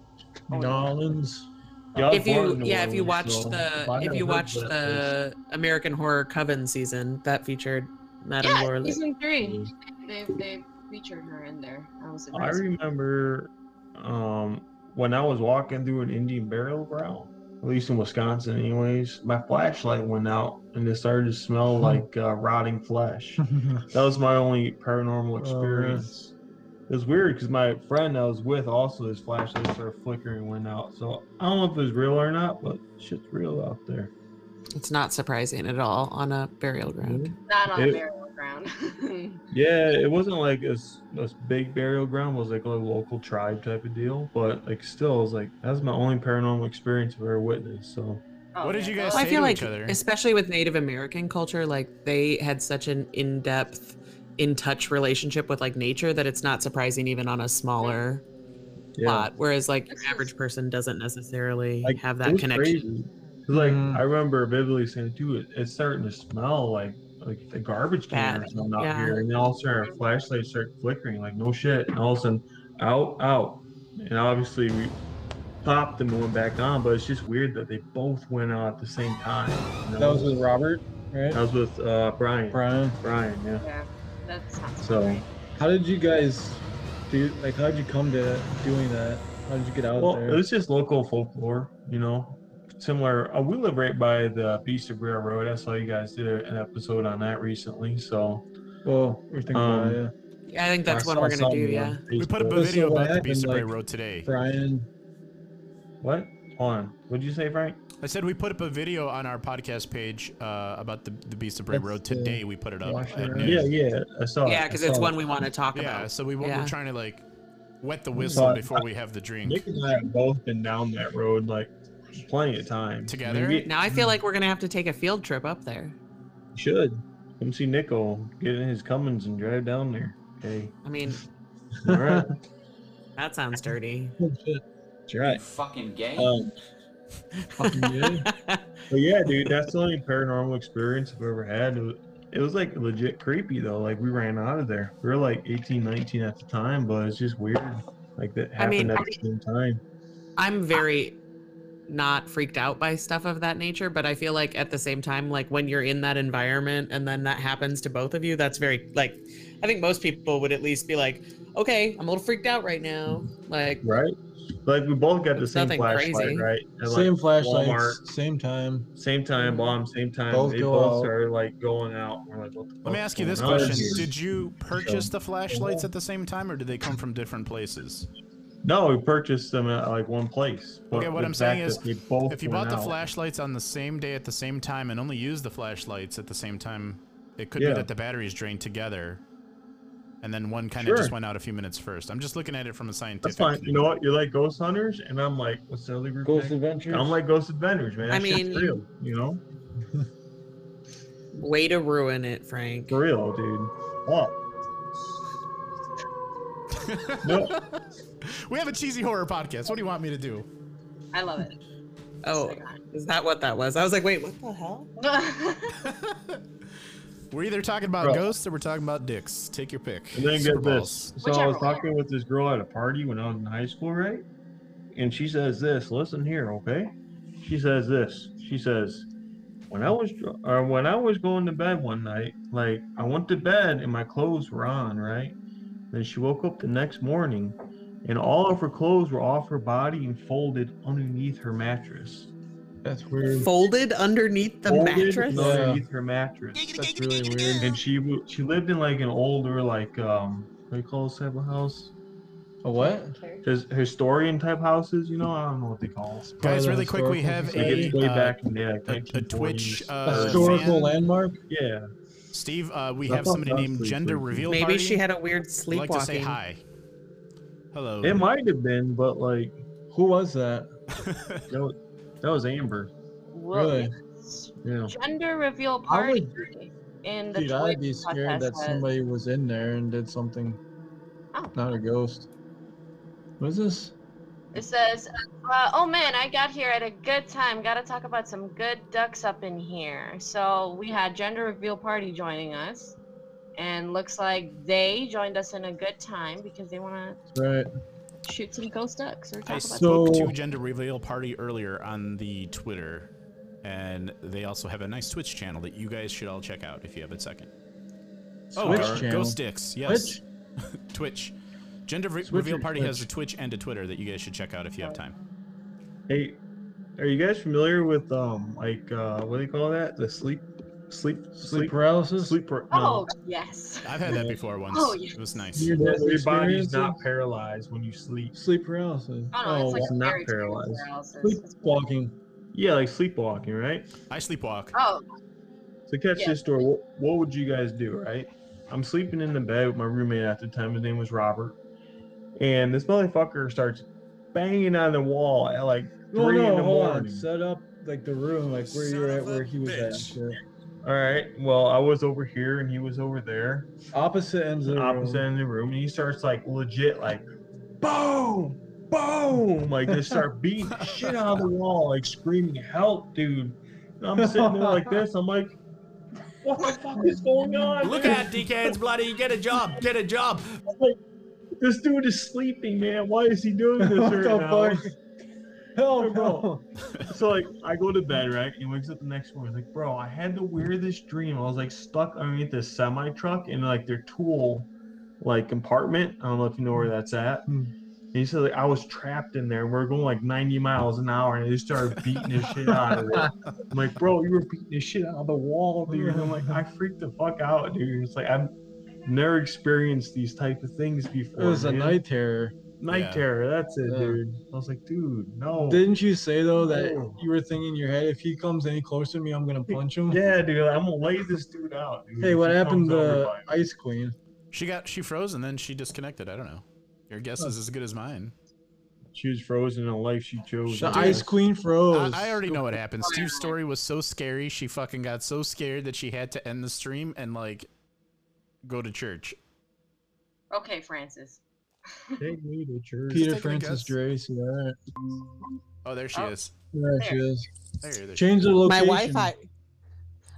Nolans.
if you yeah, if you watch the Uh, if you watch the American Horror Coven season that featured Madame
yeah,
Laura.
season three. They they featured her in there. I was
I
impressed.
remember um, when I was walking through an Indian burial ground, at least in Wisconsin, anyways, my flashlight went out and it started to smell
Hmm.
like uh, rotting flesh. that was my only paranormal experience. it was weird because my friend I was with also his flashlight started flickering and went out. So I don't know if it was real or not, but shit's real out there.
It's not surprising at all on a burial ground.
Not on a
It-
burial ground.
Yeah, it wasn't like a, s- a s- big burial ground. It was like a local tribe type of deal, but like still, it was like that's my only paranormal experience I've ever witnessed. So
Oh,
What did
yeah.
you guys
Well, I
say
feel
to
like,
each other?
especially with Native American culture, like they had such an in-depth, in-touch relationship with like nature that it's not surprising even on a smaller
Yeah.
lot. Whereas like your average person doesn't necessarily
like,
have
it
that
was
connection.
crazy. 'Cause, Like
Mm.
I remember vividly saying, "Dude, it, it's starting to smell like like the garbage can or
Bad.
something out
Yeah.
here." And then all of a sudden, our flashlights start flickering. Like no shit. And all of a sudden, out, out, and obviously we popped them and went back on. But it's just weird that they both went out at the same time. you
That
know?
was with Robert, right?
That was with uh, Brian.
Brian.
Brian, yeah.
Yeah, that sounds
So,
How did you guys do? Like, how did you come to doing that? How did you get out
well,
there?
it was just local folklore, you know. Similar, uh, we live right by the Beast of Rare Road. I saw you guys did an episode on that recently. So,
well, we're thinking
um,
about it, yeah.
I think that's
I
what
saw
we're gonna do.
something
Yeah.
on
We put up
Facebook.
a
This is
video
what
about the
happened,
Beast of Bray
like-
Road today.
Brian,
What? Hold on. What'd you say, Frank?
I said we put up a video on our podcast page uh, about the, the Beast of Bray
That's,
Road
uh,
today. we put it up.
Washington
at
Irving.
noon.
Yeah, yeah. Uh, I saw.
Yeah, because it's one we want to talk
Yeah,
about.
so we,
Yeah.
we're trying to like wet the
saw
whistle
it.
before we have the drink.
Nick and I have both been down that road like plenty of time
Together?
Maybe
Now I
Mm.
feel like we're gonna have to take a field trip up there.
we should come see Nickel, get in his Cummins, and drive down there. Hey,
I mean,
all right,
that sounds dirty.
that's right.
Fucking gay.
Um,
fucking yeah.
But yeah, dude, that's the only paranormal experience I've ever had. It was, it was like legit creepy though. Like we ran out of there. We were like 18, 19 at the time, but it's just weird. Like that
I mean,
happened at the same time.
I'm very not freaked out by stuff of that nature, but I feel like at the same time, like when you're in that environment and then that happens to both of you, that's very like I think most people would at least be like, okay, I'm a little freaked out right now. Like
Right? Like we both got the
It's
same
nothing
flashlight,
crazy.
right? At, like,
same flashlights,
Walmart.
same time.
Same time, bomb, same time.
Both
they
go
both
out.
started like going out. We're like, what the
Let me
fuck's
ask you this
going on
question:
here?
Did you purchase the flashlights at the same time, or did they come from different places?
No, we purchased them at like one place. But
Okay, what
the
I'm saying
fact
is,
that they both
If you
went
bought the
out-
flashlights on the same day at the same time and only used the flashlights at the same time, it could
Yeah.
be that the batteries drained together, and then one kind of
Sure.
just went out a few minutes first. I'm just looking at it from a scientific.
That's fine. You know
thing.
what? You're like Ghost Hunters, and I'm like, what's the other group?
Ghost
name?
Adventures.
I'm like Ghost Adventures, man.
I
That shit's
mean-
real, you know?
way to ruin it, Frank.
For real, dude. Oh. no,
We have a cheesy horror podcast. What do you want me to do?
I love it.
Oh, is that what that was? I was like, wait, what the hell?
We're either talking about
Bro.
ghosts or we're talking about dicks. Take your pick.
and then
Super
get
balls.
this. So I
Whichever
was talking with this girl at a party when I was in high school, right? And she says this. Listen here, okay? She says this. She says, when I was dr- or when I was going to bed one night, like I went to bed and my clothes were on, right? Then she woke up the next morning, and all of her clothes were off her body and folded underneath her mattress.
That's weird.
Folded underneath the
Folded
mattress?
underneath her mattress.
That's really weird.
and she w- she lived in like an older like um what do you call a type of house
A what?
His historian type houses, you know, I don't know what they call them.
Guys, really quick, we have
It
a
gets way
uh,
back in the day, like
a, a
1940s.
Twitch uh,
Historical
fan.
landmark?
Yeah.
Steve, uh, we
I
have
thought
somebody
that was
named
pretty
Gender
freaky.
Reveal
Maybe
Party.
she had a weird
I'd
sleepwalking.
like to say hi. Hello.
It might have been, but like
Who was that?
that was, that was Amber.
Whoa.
Really?
Yeah.
Gender reveal
I
party
would-
in the
Dude, I'd be
Twitch
scared that
contest was-
somebody was in there and did something.
Oh.
Not a ghost. What is this?
It says, uh, "Oh man, I got here at a good time. Got to talk about some good ducks up in here." So we had gender reveal party joining us, and looks like they joined us in a good time because they want
Right.
to shoot some ghost ducks or talk
I
about.
spoke
So-
to Gender Reveal Party earlier on the Twitter, and they also have a nice Twitch channel that you guys should all check out if you have a second.
Oh,
Switch
or
channel.
Ghost Dicks, yes. Twitch. Gender Re-
Switch
Reveal
or
Party has a
Twitch?
Twitch and a Twitter that you guys should check out if you have time.
Hey, are you guys familiar with um like uh what do they call that? The sleep sleep
Sleep
sleep
paralysis?
sleep par-
Oh
no.
yes.
I've had that before once.
Oh,
It was nice.
Near
Your
death
your body's
experiences?
not paralyzed when you sleep.
Sleep paralysis.
Oh no, it's like
it's not
very extreme
paralyzed.
paralysis.
Sleepwalking.
Yeah, like sleepwalking, right?
I sleepwalk.
Oh,
So catch
Yeah.
this story. What, what would you guys do, right? I'm sleeping in the bed with my roommate at the time. His name was Robert, and this motherfucker starts banging on the wall at like three
No,
in
no,
the
hold
morning.
on. Set up like the room, like where
Son
you're
of
at,
a
where he was
bitch.
at.
All right. Well, I was over here and he was over there,
yeah. Opposite ends of the
opposite
room.
end of the room, and he starts like legit like, boom, boom, like just start beating the shit out of the wall, like screaming help, dude. And I'm sitting there like this. I'm like, what the fuck is going on?
Look
dude?
out, dickheads, bloody! Get a job, get a job.
This dude is sleeping, man. Why is he doing this
What
right
the
now?
fuck? Hell
Oh, Bro.
no.
So like, I go to bed, right? He wakes up the next morning. He's like, bro, I had the weirdest dream. I was like stuck underneath this semi truck in like their tool, like compartment. I don't know if you know where that's at.
Hmm.
And he said like I was trapped in there. We are going like 90 miles an hour, and they just started beating the shit out of it. I'm like, bro, you were beating the shit out of the wall, dude. And I'm like, I freaked the fuck out, dude. It's like I've never experienced these type of things
It
before.
was a
man.
night terror.
Night
Yeah.
terror, that's it,
Yeah.
dude. I was like, dude, no.
Didn't you say though that
No.
you were thinking in your head, if he comes any closer to me, I'm gonna punch him?
yeah, dude, I'm gonna lay this dude out. Dude.
Hey,
if
what
he
happened
comes over
to
by me.
Ice Queen?
She got she froze and then she disconnected. I don't know. Your guess is as good as mine.
She was frozen in a life she chose.
The
I
Ice
guess.
Queen froze.
I, I already know what happened. Steve's story was so scary. She fucking got so scared that she had to end the stream and like go to church.
okay, Francis.
Take me to church.
Peter
taking a
Francis
guess.
Drace. Yeah, all right.
Oh, there she
Oh.
is.
there she is.
There, there she
Change the
my
location.
Wi-Fi.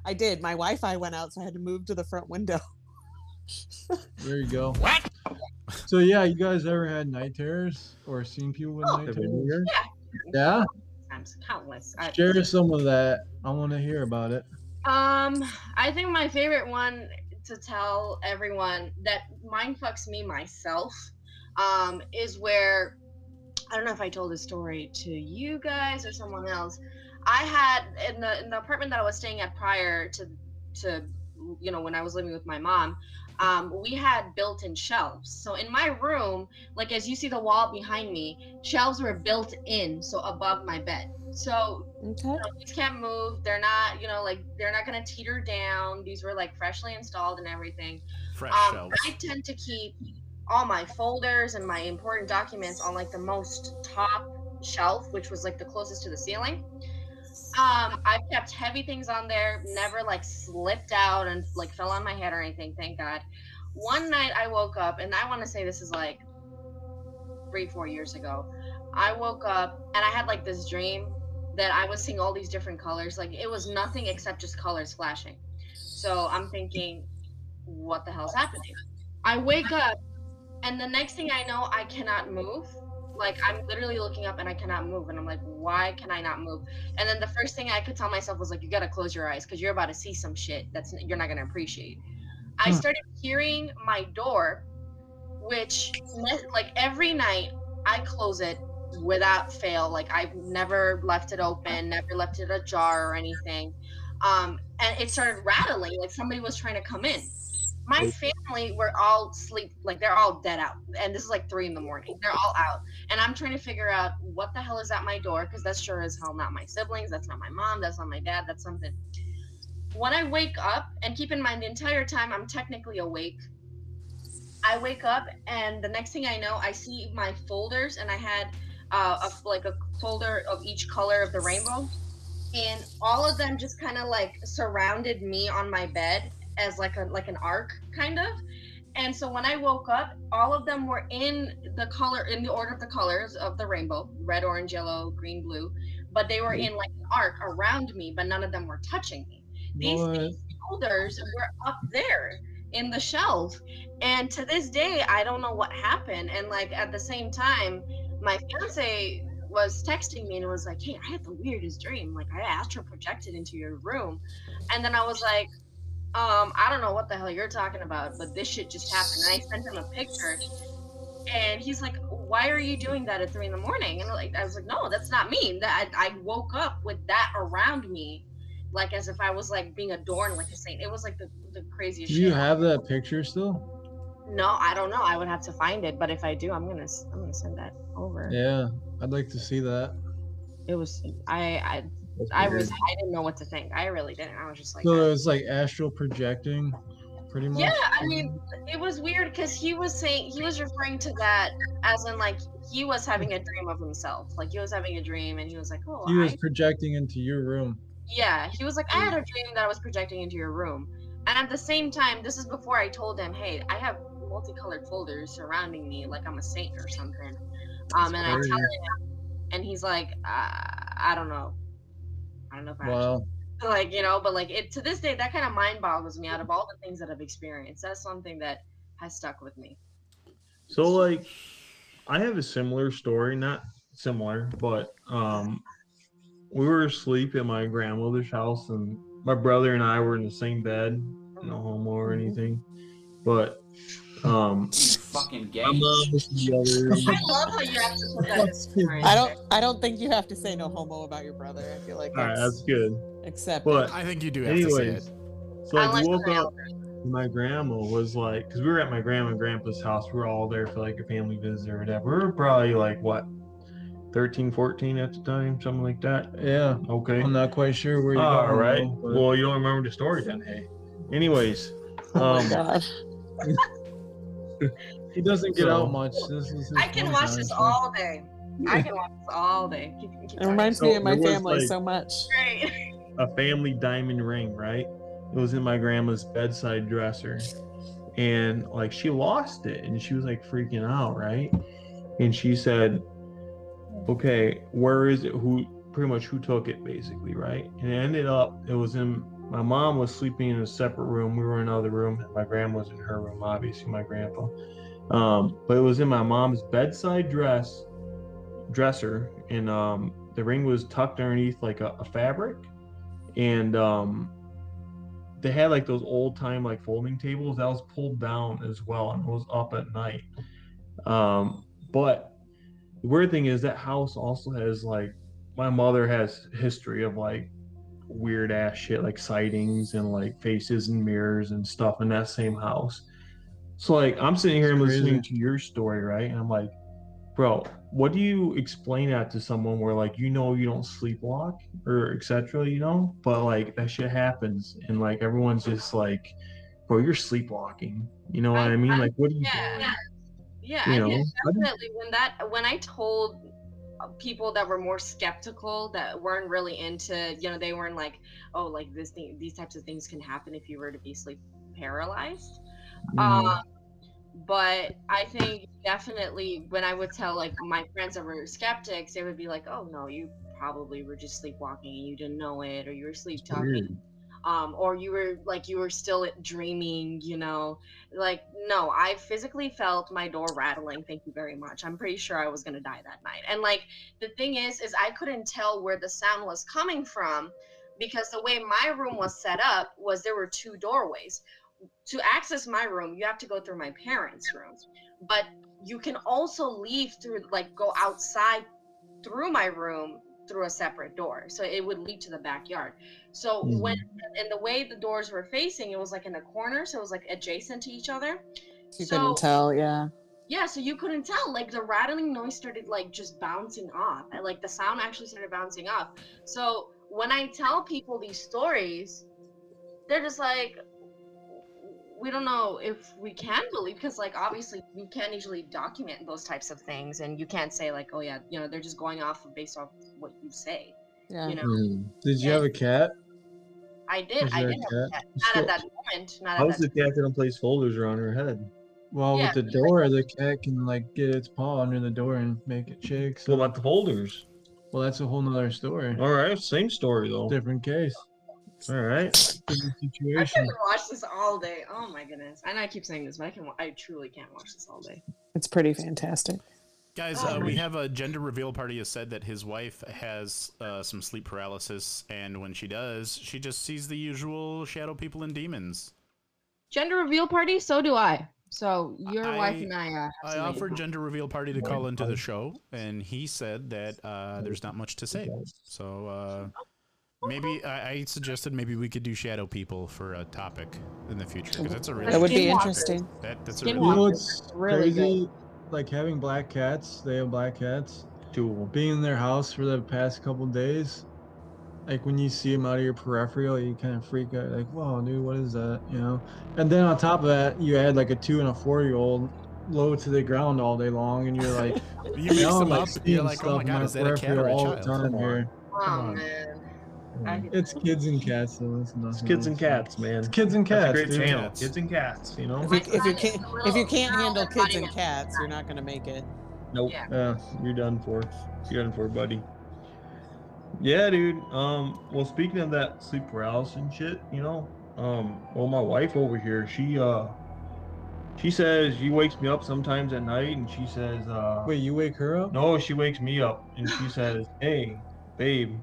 I did. My Wi-Fi went out, so I had to move to the front window.
There you go. What? So yeah, you guys ever had night terrors or seen people with night
Have we
terrors?
here?
Yeah.
Times countless. I-
Share some of that. I want to hear about it.
Um, I think my favorite one to tell everyone that mind fucks me myself um, is where I don't know if I told this story to you guys or someone else. I had in the in the apartment that I was staying at prior to to you know when I was living with my mom, um, we had built-in shelves. So in my room, like as you see the wall behind me, shelves were built in, so above my bed. So
Okay.
know, these can't move. They're not, you know, like they're not gonna teeter down. These were like freshly installed and everything.
Fresh
Um,
shelves.
I tend to keep all my folders and my important documents on like the most top shelf, which was like the closest to the ceiling. Um, I've kept heavy things on there, never like slipped out and like fell on my head or anything, thank God. One night I woke up, and I want to say this is like three, four years ago. I woke up and I had like this dream that I was seeing all these different colors. Like it was nothing except just colors flashing. So I'm thinking, what the hell's happening? I wake up, and the next thing I know, I cannot move. Like I'm literally looking up and I cannot move, and I'm like, why can I not move? And then the first thing I could tell myself was like, you gotta close your eyes because you're about to see some shit that's you're not gonna appreciate. I
Hmm.
started hearing my door, which ne- like every night I close it without fail. Like I've never left it open, never left it ajar or anything. Um, and it started rattling like somebody was trying to come in. my family were all sleep like they're all dead out and this is like three in the morning they're all out and i'm trying to figure out what the hell is at my door because that's sure as hell not my siblings that's not my mom that's not my dad that's something when i wake up and keep in mind the entire time i'm technically awake i wake up and the next thing i know i see my folders and i had uh, a, like a folder of each color of the rainbow and all of them just kind of like surrounded me on my bed as like a like an arc kind of and so when i woke up all of them were in the color in the order of the colors of the rainbow red orange yellow green blue but they were in like an arc around me but none of them were touching me these things folders were up there in the shelf and to this day i don't know what happened and like at the same time my fiance was texting me and was like hey i had the weirdest dream like i astral projected into your room and then i was like um, I don't know what the hell you're talking about, but this shit just happened. And I sent him a picture, and he's like, "Why are you doing that at three in the morning?" And like, I was like, "No, that's not me. That I, I woke up with that around me, like as if I was like being adorned like a saint. It was like the, the craziest
Do you
shit.
have that picture still?
no, I don't know. I would have to find it, but if I do, I'm gonna s- I'm gonna send that over.
Yeah, I'd like to see that.
It was I I I was I didn't know what to think. I really didn't. I was just like,
So it was like astral projecting, pretty much.
Yeah, I mean, it was weird because he was saying he was referring to that as in like he was having a dream of himself. Like he was having a dream, and he was like, "Oh,
He was
I-"
projecting into your room.
yeah." He was like, "I had a dream that I was projecting into your room," and at the same time, this is before I told him, "Hey, I have multicolored folders surrounding me, like I'm a saint or something." Um, and I
crazy.
tell him, and he's like, uh, "I don't know, I don't know if I." actually
Wow.
like you know but like it to this day that kind of mind boggles me out of all the things that i've experienced that's something that has stuck with me
So like I have a similar story, not similar, but um we were asleep at my grandmother's house and my brother and I were in the same bed, no homo or
Mm-hmm.
anything. But um
fucking gay.
my mom was in the other
i love how you have to put that in
I don't. I don't think you have to say no homo about your brother. I feel like
All right,
that's,
that's good.
Except
but
I think you do have to say
anyways, so like woke up. My grandma was like, because we were at my grandma and grandpa's house. We were all there for like a family visit or whatever. We were probably like what, 13, 14 at the time, something like that.
Yeah.
Okay.
I'm not quite sure where you're
All
going,
right.
though, but-
Well, you don't remember the story then, hey. Anyways,
Oh my
um,
God. He doesn't get out much. This is.
i can watch this all day i can watch this all day Keep- keep
it
talking.
reminds
So
me of my
it was
family
like-
so much.
Great.
a family diamond ring, right? It was in my grandma's bedside dresser. And like she lost it and she was like freaking out, right? And she said, Okay, where is it? Who pretty much who took it basically, right? And it ended up it was in my mom was sleeping in a separate room. We were in another room. and My grandma was in her room, obviously, my grandpa. Um, but it was in my mom's bedside dress dresser and um the ring was tucked underneath like a, a fabric and um they had like those old time like folding tables that was pulled down as well and it was up at night um but the weird thing is that house also has like my mother has history of like weird ass shit like sightings and like faces and mirrors and stuff in that same house so like i'm sitting here and listening to your story right and i'm like bro what do you explain that to someone where like you know you don't sleepwalk or etc you know but like that shit happens and like everyone's just like bro you're sleepwalking you know what i, mean like what do you
yeah yeah
You
I
know, I
think
don't-
definitely when that when i told uh, people that were more skeptical that weren't really into you know they weren't like oh like this thing these types of things can happen if you were to be sleep paralyzed Um, but I think definitely when I would tell like my friends that were skeptics, they would be like, "Oh no, you probably were just sleepwalking and you didn't know it, or you were sleep talking, um, or you were like you were still dreaming." You know, like no, I physically felt my door rattling. Thank you very much. I'm pretty sure I was gonna die that night. And like the thing is, is I couldn't tell where the sound was coming from because the way my room was set up was there were two doorways to access my room, you have to go through my parents' room. But you can also leave through, like, go outside through my room through a separate door. So it would lead to the backyard. So
Mm-hmm.
Mhm.
when and the way the doors were facing, it was like in the corner, so it was like adjacent to each other.
You
so,
couldn't tell, yeah.
Yeah, so you couldn't tell. Like the rattling noise started like just bouncing off. and, Like the sound actually started bouncing off. So when I tell people these stories, they're just like, we don't know if we can believe because like obviously you can't usually document those types of things, and you can't say like, oh yeah, you know, they're just going off of- based off what you say.
Yeah.
You know,
Mm-hmm.
Hmm.
Did you have a cat?
I did,
Was
I
there a
did,
cat?
have that. not at that moment, not
How
at
is
that.
the cat gonna place folders around her head?
Well,
Yeah.
with the door, the cat can like get its paw under the door and make it shake. So.
What about the folders?
Well, that's a whole nother story.
All right, same story though.
Different case.
All right.
Different
I can
situation.
watch this all day. Oh my goodness! I know I keep saying this, but I can. wa- I truly can't watch this all day.
It's pretty fantastic.
Guys,
Oh,
uh, we have a gender reveal party has said that his wife has uh, some sleep paralysis, and when she does, she just sees the usual shadow people and demons.
Gender reveal party. So do I. So your wife
I-
and I. Uh, have
I
something in
offered
common.
gender reveal party to call into the show, and he said that uh, there's not much to say. So uh, maybe I, I suggested maybe we could do shadow people for a topic in the future because that's a really
That would be interesting.
That, that's a
You
really
know what's
Really good.
crazy? Like having black cats. They have black cats. Being in their house for the past couple days, like when you see them out of your peripheral, you kind of freak out. Like, whoa, dude, what is that? You know. And then on top of that, you add like a two and a four year old low to the ground all day long, and you're like,
You
you
mix
know,
them
I'm,
up,
like,
you're
seeing
like, oh
stuff
my
in
God, is that a cat or a
peripheral all the
child?
time here.
Oh man.
Mm.
I could-
It's kids and cats, so it's nothing. It's
kids and cats, man.
It's kids and
That's
cats.
a great
dude.
channel. Kids and cats, you know.
If you, if you can't if you can't handle kids and cats, you're not gonna make it.
Nope.
Yeah.
Yeah, you're done for. You're done for, buddy. Yeah, dude. Um, well, speaking of that sleep paralysis and shit, you know, um, well, my wife over here, she uh, she says she wakes me up sometimes at night, and she says, uh,
Wait, you wake her up?
no, she wakes me up, and she says, hey, babe,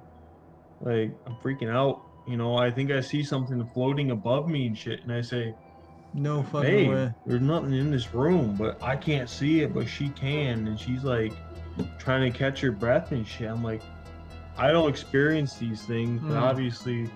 like I'm freaking out. You know, I think I see something floating above me and shit, and I say,
No fucking
Hey,
way.
there's nothing in this room, but I can't see it, but she can, and she's like trying to catch her breath and shit. I'm like, I don't experience these things, but
Mm.
Hmm.
obviously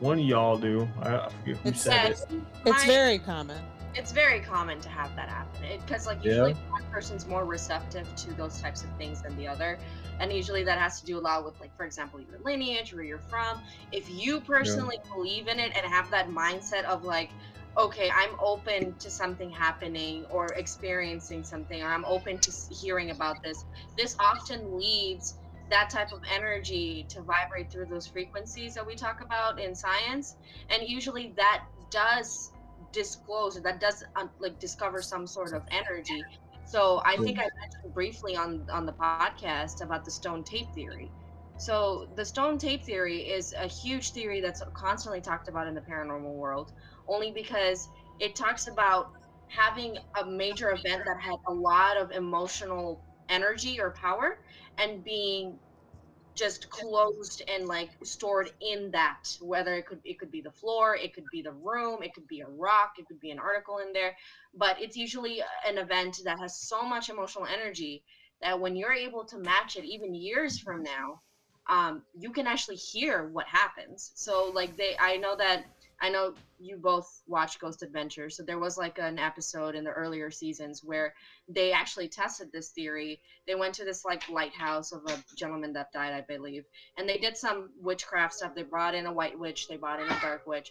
one of y'all do. I, I forget who
It's
said it.
That's
It's
my-
very common.
It's very common to have that happen because, like,
Yeah.
usually one person's more receptive to those types of things than the other, and usually that has to do a lot with, like, for example, your lineage, where you're from. If you personally believe in it and have that mindset of like, okay, I'm open to something happening or experiencing something, or I'm open to s- hearing about this, this often leads that type of energy to vibrate through those frequencies that we talk about in science, and usually that does disclose or that does um, like discover some sort of energy. So I think I mentioned briefly on on the podcast about the stone tape theory. So the stone tape theory is a huge theory that's constantly talked about in the paranormal world, only because it talks about having a major event that had a lot of emotional energy or power and being just closed and like stored in that whether it could it could be the floor it could be the room it could be a rock it could be an article in there but it's usually an event that has so much emotional energy that when you're able to match it even years from now um, you can actually hear what happens so like they i know that i know you both watch ghost adventures so there was like an episode in the earlier seasons where they actually tested this theory they went to this like lighthouse of a gentleman that died i believe and they did some witchcraft stuff they brought in a white witch they brought in a dark witch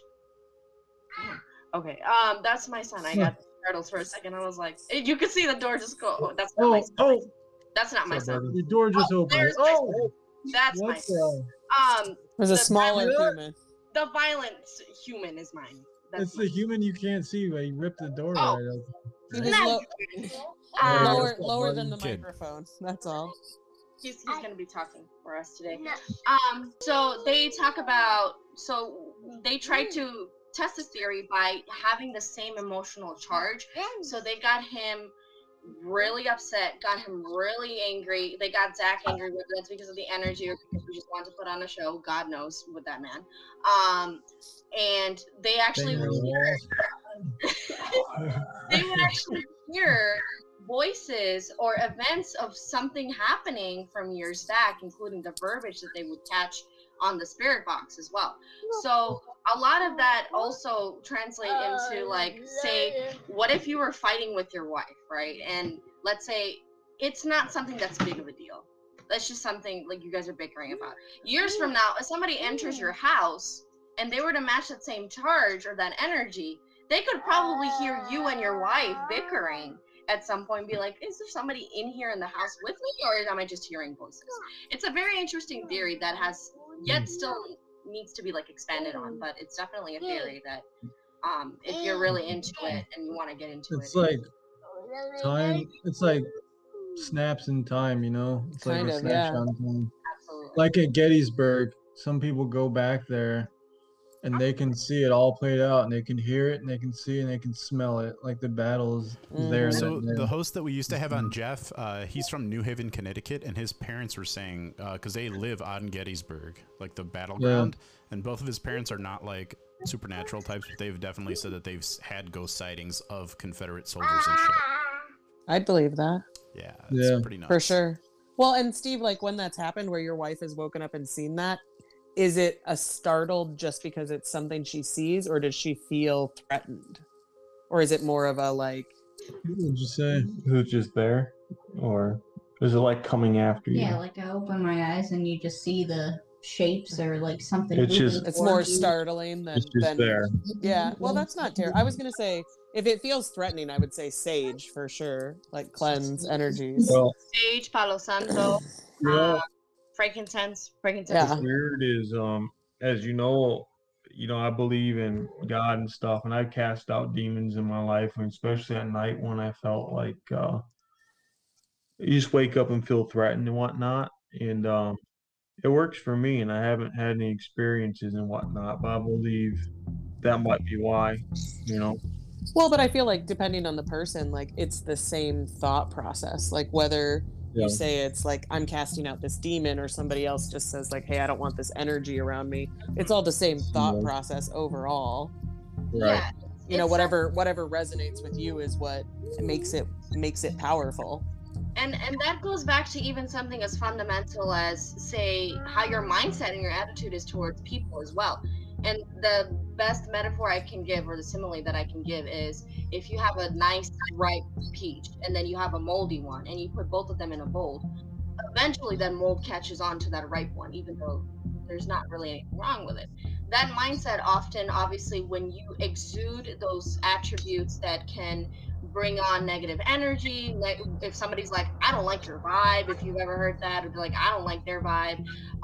Okay, um, that's my son. I got startled for a second. I was like, eh, you could see the door just go. Oh, that's not my.
Oh,
Son.
oh,
That's not my son.
the door just opened.
There's my
Oh,
son. that's my.
what's
Son.
that?
Um,
It was a
the
smaller
violent-
human.
The violent s- human is mine.
It's the human you can't see, but he ripped the door
Oh.
right open.
He was
Nice.
low,
Um,
lower lower than the
Kid.
microphone. That's all.
he's, he's gonna be talking for us today. Um, so they talk about so they tried to test this theory by having the same emotional charge. So they got him really upset, got him really angry. They got Zach angry, whether that's because of the energy or because we just wanted to put on a show. God knows with that man. Um, and they actually
Banging on the walls.
they would actually hear voices or events of something happening from years back, including the verbiage that they would catch on the spirit box as well. So a lot of that also translate into like say what if you were fighting with your wife, right? And let's say it's not something that's big of a deal. That's just something like you guys are bickering about. Years from now, if somebody enters your house and they were to match that same charge or that energy, they could probably hear you and your wife bickering at some point and be like, is there somebody in here in the house with me or am I just hearing voices? It's a very interesting theory that has
Mm.
yet still needs to be like expanded on, but it's definitely a theory that um, if you're really into it and you want to get into
It's
it.
like time. It's like snaps in time, you know. It's
Kind
like
of,
a
yeah.
snapshot in time. Like at Gettysburg, some people go back there, and they can see it all played out, and they can hear it, and they can see, it, and they can smell it. Like the battles there. Mm-hmm.
So
that day.
the host that we used to have on Jeff, uh, he's from New Haven, Connecticut, and his parents were saying because they live on Gettysburg, like the battleground, and both of his parents are not like supernatural types, but they've definitely said that they've s- had ghost sightings of Confederate soldiers and shit.
I'd believe that.
Yeah, it's
Yeah.
pretty nuts.
For sure. Well, and Steve, like when that's happened where your wife has woken up and seen that, is it a startled just because it's something she sees or does she feel threatened? Or is it more of a like
What would you say?
Who's just there, or is it like coming after you?
Yeah, like I open my eyes and you just see the shapes or like something.
It's
moving
just-
it's
towards
more
you.
startling than
It's just
than
there.
Yeah. Well, that's not terrible. I was going to say if it feels threatening, I would say sage for sure, like cleanse energies.
Well,
Sage, Palo Santo,
yeah.
frankincense, frankincense.
What's weird is, um, as you know, you know, I believe in God and stuff, and I cast out demons in my life, and especially at night when I felt like uh, you just wake up and feel threatened and whatnot, and um, it works for me, and I haven't had any experiences and whatnot, but I believe that might be why, you know.
Mm-hmm. Well, but I feel like depending on the person, like it's the same thought process. Like whether
Yeah.
you say it's like I'm casting out this demon or somebody else just says like, "Hey, I don't want this energy around me." It's all the same thought
Yeah.
process overall.
Right.
You know, whatever whatever resonates with you is what makes it makes it powerful.
And and that goes back to even something as fundamental as say how your mindset and your attitude is towards people as well. And the best metaphor I can give or the simile that I can give is if you have a nice ripe peach and then you have a moldy one and you put both of them in a bowl, eventually that mold catches on to that ripe one, even though there's not really anything wrong with it. That mindset often, obviously, when you exude those attributes that can bring on negative energy, like if somebody's like, I don't like your vibe, if you've ever heard that, or they're like, I don't like their vibe,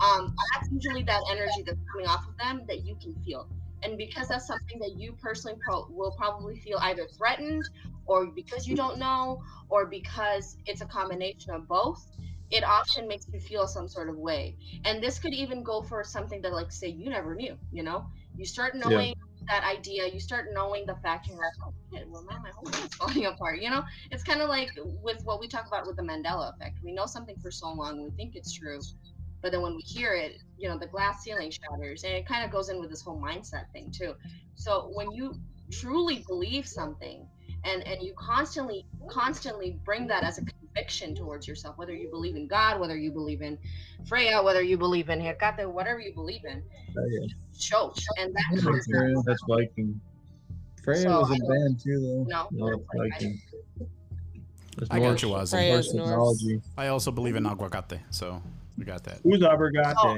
um, that's usually that energy that's coming off of them that you can feel. And because that's something that you personally pro- will probably feel either threatened, or because you don't know, or because it's a combination of both, it often makes you feel some sort of way. And this could even go for something that, like, say, you never knew, you know? You start
Yeah.
knowing that idea, you start knowing the fact, and you're like, oh, shit, well, now my whole life's falling apart, you know? It's kind of like with what we talk about with the Mandela effect. We know something for so long, we think it's true, but then when we hear it, you know, the glass ceiling shatters. And it kind of goes in with this whole mindset thing, too. So when you truly believe something, and and you constantly constantly bring that as a conviction towards yourself whether you believe in god whether you believe in freya whether you believe in hecate whatever you believe in show and that comes
That's Viking.
Freya
So,
was
I
a
don't-
band too,
no,
No, it's Viking. That's
I got
Norse-
you, Ozzy.
Norse mythology.
I also believe in aguacate, so we got that.
Who's aguacate?
Oh,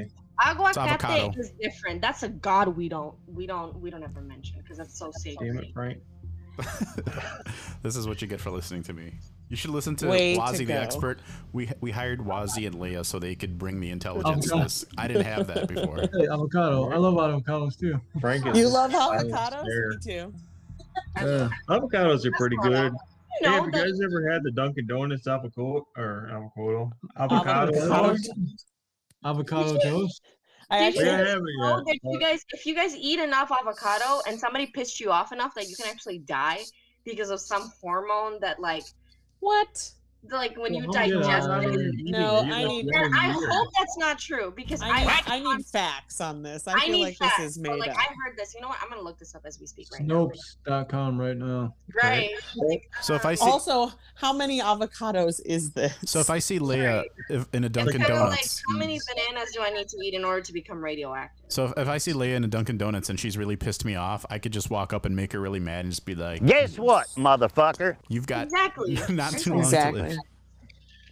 It's avocado.
aguacate is different that's a god we don't we don't we don't ever mention because that's so sacred
Damn it,
Frank.
this is what you get for listening to me. You should listen to
Way to
Wazzy the
go.
expert. We we hired Wazzy and Leah so they could
Oh,
bring the intelligence.
Avocado.
to this. I didn't have that before.
Hey, avocado. I love avocados too.
Frank
You love avocados? Me too.
Yeah. Avocados are pretty good.
You
hey,
know
have you guys ever had the Dunkin' Donuts avocado or avocado? Avocado.
Avocado.
toast?
Avocado toast.
I
Did
actually-
you
I
guys
haven't
know
yet,
that Oh, you
but-
guys, if you guys eat enough avocado and somebody pissed you off enough that you can actually die because of some hormone that like
what
like when you
Well, yeah,
digest
I
it.
mean, No, you're I not need-
And I
you're-
hope that's not true because I
I need,
I,
I need facts on this. I, feel
need
like
facts.
this is
but,
made
like
up.
I heard this. You know what? I'm gonna look this up as we speak right
Snopes.com right now.
now. Right. um,
So if I see
also, how many avocados is this?
so if I see Leia if, in a
It's
Dunkin'
kinda
Donuts,
Like, how many bananas do I need to eat in order to become radioactive?
so if, if I see Leia in a Dunkin' Donuts and she's really pissed me off, I could just walk up and make her really mad and just be like,
Guess what, motherfucker?
You've got
Exactly.
not too long
Exactly.
to live.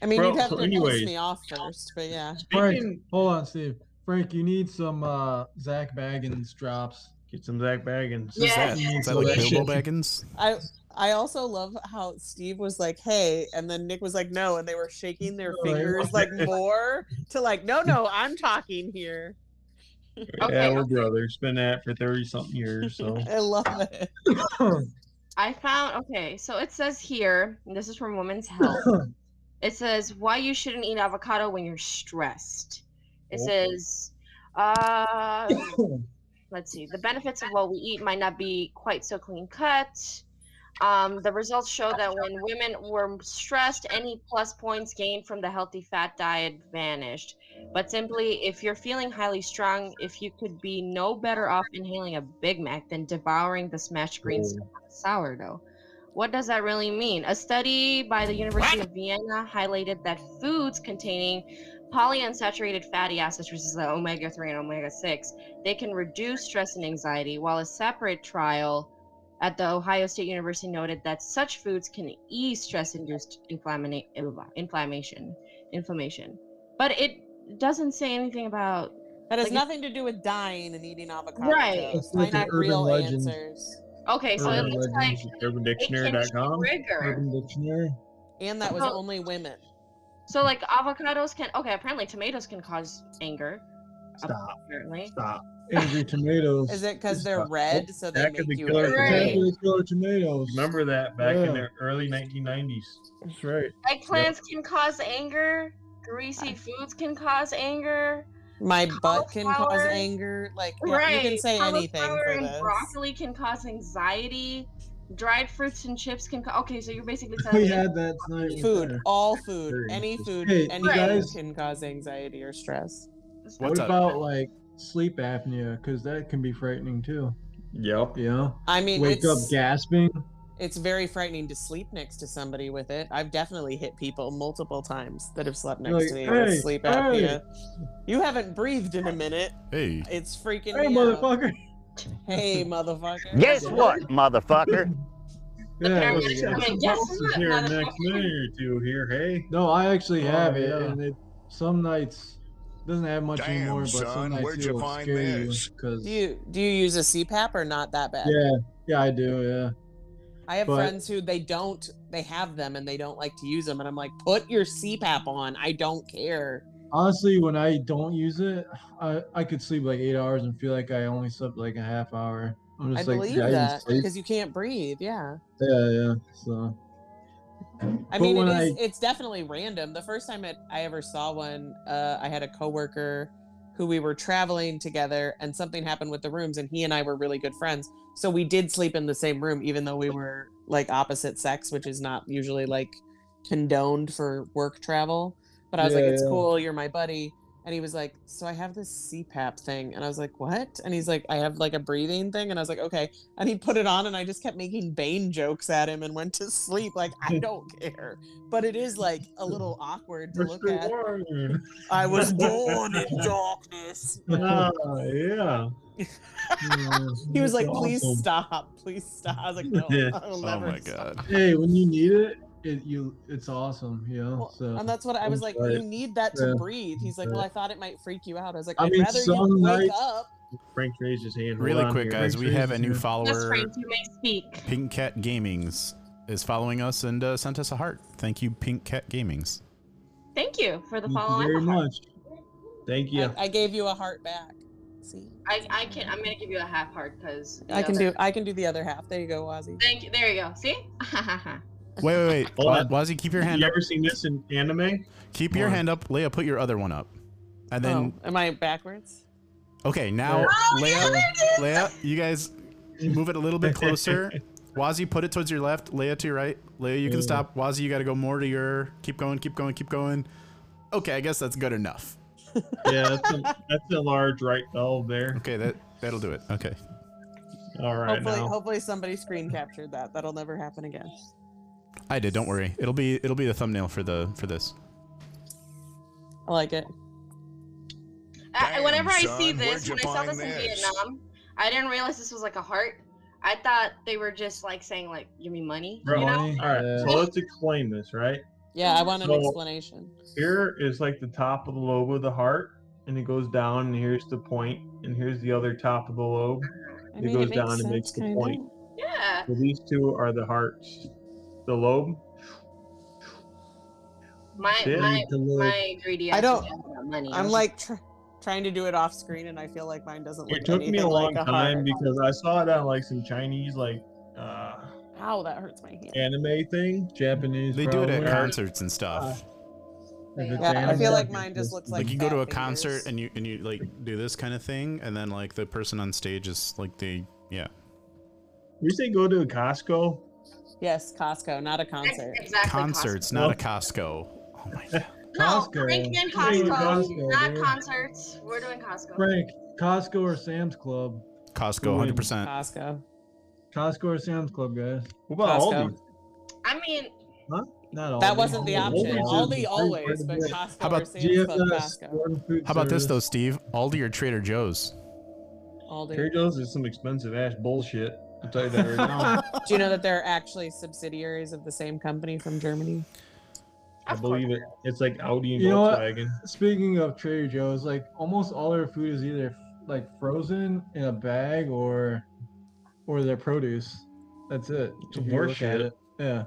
I mean,
Bro,
you'd have
so
to
anyways-
piss me off first, but yeah.
Frank, hold on, Steve. Frank, you need some uh, Zach Baggins drops. Get some Zach Baggins.
Who's that? Yeah. Is that like Bilbo
Baggins?
I I also love how Steve was like, "Hey," and then Nick was like, "No," and they were shaking their
Right.
fingers like more to like, "No, no, I'm talking here."
yeah, we're brothers. Been at for thirty something years. So
I love it.
I found okay, so it says here, and this is from Women's Health. it says why you shouldn't eat avocado when you're stressed. It
Oh.
says, uh, let's see, the benefits of what we eat might not be quite so clean cut. Um, the results show that when women were stressed, any plus points gained from the healthy fat diet vanished. But simply, if you're feeling highly strong, if you could be no better off inhaling a Big Mac than devouring the smashed
Oh.
greens
uh,
sourdough. What does that really mean? A study by the University of Vienna highlighted that foods containing polyunsaturated fatty acids, which is the omega 3 and omega 6, they can reduce stress and anxiety, while a separate trial at the Ohio State University noted that such foods can ease stress-induced inflammina- inflammation, inflammation. But it doesn't say anything about
That has
like,
nothing to do with dying and eating avocados.
Right. That's
I
like an
have
urban
real
legend.
answers.
Okay, so it
Urban
looks like
Legends, UrbanDictionary.com.
trigger.
Dictionary.
And that was
Oh.
only women.
So like avocados can okay, apparently tomatoes can cause anger.
Stop.
Apparently.
Stop. Angry tomatoes.
Is it because they're
Stop.
red, so they
Back
make
of the
you
killer
angry?
tomatoes.
Angry killer tomatoes.
Remember that back
Yeah.
in the early 1990s.
That's right.
Eggplants can cause anger. Greasy foods can cause anger.
My butt can cause
Cauliflower.
anger. Like yeah, you can say
cauliflower
anything for
and
this.
broccoli can cause anxiety. Dried fruits and chips can. Co- okay, so you're basically telling
We
me
had that tonight. with
Food,
her.
all food, any food,
Hey,
any
you
food
guys-
can cause anxiety or stress.
What about like sleep apnea? Because that can be frightening too.
Yep.
Yeah.
I mean,
wake
it's-
up gasping.
It's very frightening to sleep next to somebody with it. I've definitely hit people multiple times that have slept next
Like,
to me with
"Hey,
sleep
hey."
apnea. You haven't breathed in a minute.
Hey.
It's freaking
Hey,
me out.
motherfucker.
Hey, motherfucker.
Guess what, motherfucker?
Yeah.
Let's get
I mean,
some
guess
boxes
what,
here in the
motherfucker?
next minute or two here, hey?
No, I actually
Oh,
have it,
yeah.
and it some nights doesn't have much
Damn,
anymore, but
son,
some nights
where'd you
it'll
find
scare you
this?
'cause-
Do you do you use a CPAP or not that bad?
yeah, yeah, I do. Yeah.
I have
but-
friends who they don't they have them and they don't like to use them and I'm like, put your CPAP on. I don't care.
Honestly, when I don't use it, I, I could sleep like eight hours and feel like I only slept like a half hour. I'm
I
just like,
believe
"Did I even
that
sleep?"
because you can't breathe. Yeah.
yeah, yeah. So
I
But
mean, it
when
is,
I-
it's definitely random. The first time it, I ever saw one, uh, I had a coworker who we were traveling together, and something happened with the rooms, and he and I were really good friends. So we did sleep in the same room, even though we were like opposite sex, which is not usually like condoned for work travel. But I was like,
Yeah,
it's
yeah.
cool, you're my buddy. And he was like, So I have this CPAP thing. And I was like, What? And he's like, I have like a breathing thing. And I was like, Okay. And he put it on, and I just kept making Bane jokes at him and went to sleep. Like, I don't care. But it is like a little awkward to look at. I was born in darkness.
Ah, yeah.
He was
That's
like, Please
awesome.
stop. Please stop. I was like, No,
Yeah.
I'll
Oh
never
my
stop."
Hey, when you need it, it you it's awesome. You know. so
And that's what I was like,
Right.
You need that to
Yeah.
breathe. He's like, Well, I
Right.
thought it might freak you out. I was like,
I
I'd
mean,
rather
some
you wake
nights-
up.
Frank raised his hand.
Really
Hold on
quick,
here.
guys, we
Frank
have a
raised
new
his hand.
Yes,
follower.
Frank, you may speak.
Pink Cat Gamings is following us and uh, sent us a heart. Thank you, Pink Cat Gamings.
Thank you for the
Thank you
follow.
very
on.
much.
Thank
I, I gave you a heart back. See,
I, I can. I'm gonna give you a half heart because
I can do. I can do the other half. There you go, Wazzy.
Thank you. There you go. See.
Wait, wait, wait.
Hold on.
Wazzy, keep your hand
You
up.
ever seen this in anime?
Keep your hand up. Leia, put your other one up. And then,
Oh, Am I backwards?
okay, now,
Oh,
Leia, Leia, you guys move it a little bit closer Wazi, put it towards your left. Leia to your right. Leia, you can
Yeah.
stop. Wazi, you got to go more to your. Keep going, keep going, keep going. Okay, I guess that's good enough.
yeah, that's a, that's a large right valve there.
Okay, that that'll do it. Okay.
All right
hopefully,
now.
hopefully somebody screen captured that. That'll never happen again.
I did. Don't worry. It'll be it'll be the thumbnail for the for this.
I like it.
I,
Damn,
whenever I see
son, where'd
this,
you
when I saw
find
this, in
this?
Vietnam, I didn't realize this was like a heart. I thought they were just like saying like, "Give me money,"
Bro,
you know?
all right, so let's explain this, right?
Yeah, I want an
So-
explanation.
Here is like the top of the lobe of the heart, and it goes down, and here's the point, and here's the other top of the lobe.
I
it
mean, it
goes
makes
down
sense,
and makes the
kinda.
point.
Yeah.
So these two are the hearts. The lobe.
My
Shit.
my
The little-
my ingredient.
I don't.
Money.
I'm like tr- trying to do it off screen, and I feel like mine doesn't look.
It took me a
anything
long
like
time
heart.
because I saw it on like some Chinese like uh,
Ow, that hurts my hand.
anime thing.
Japanese.
They do it at
probably.
concerts and stuff.
Yeah, I feel like mine just looks like.
you go to a
fat fingers.
concert and you and you like do this kind of thing, and then like the person on stage is like the yeah.
We say go to a Costco.
Yes, Costco, not a concert.
Exactly.
Concerts, not a Costco. Oh
No,
Costco.
Frank and
We're doing
Costco,
Costco,
not
dude.
concerts. We're doing Costco.
Frank, Costco or Sam's Club?
Costco, hundred percent.
Costco.
Costco or Sam's Club, guys.
What
about Costco. Aldi? I mean,
Huh? Not
That
Aldi.
wasn't the option.
Aldi's just
Aldi
a
always, but
pretty
Costco or
How about
Sam's Club,
GFS?
Costco.
How about this though, Steve? Aldi or Trader Joe's?
Aldi.
Trader Joe's is some expensive ass bullshit. I'll tell you that right now.
Do you know that they're actually subsidiaries of the same company from Germany?
I believe it. It's like Audi and
You know what?
Volkswagen.
Speaking of Trader Joe's, like almost all their food is either like frozen in a bag or or their produce. That's it. if you look at
horseshit.
it. Yeah.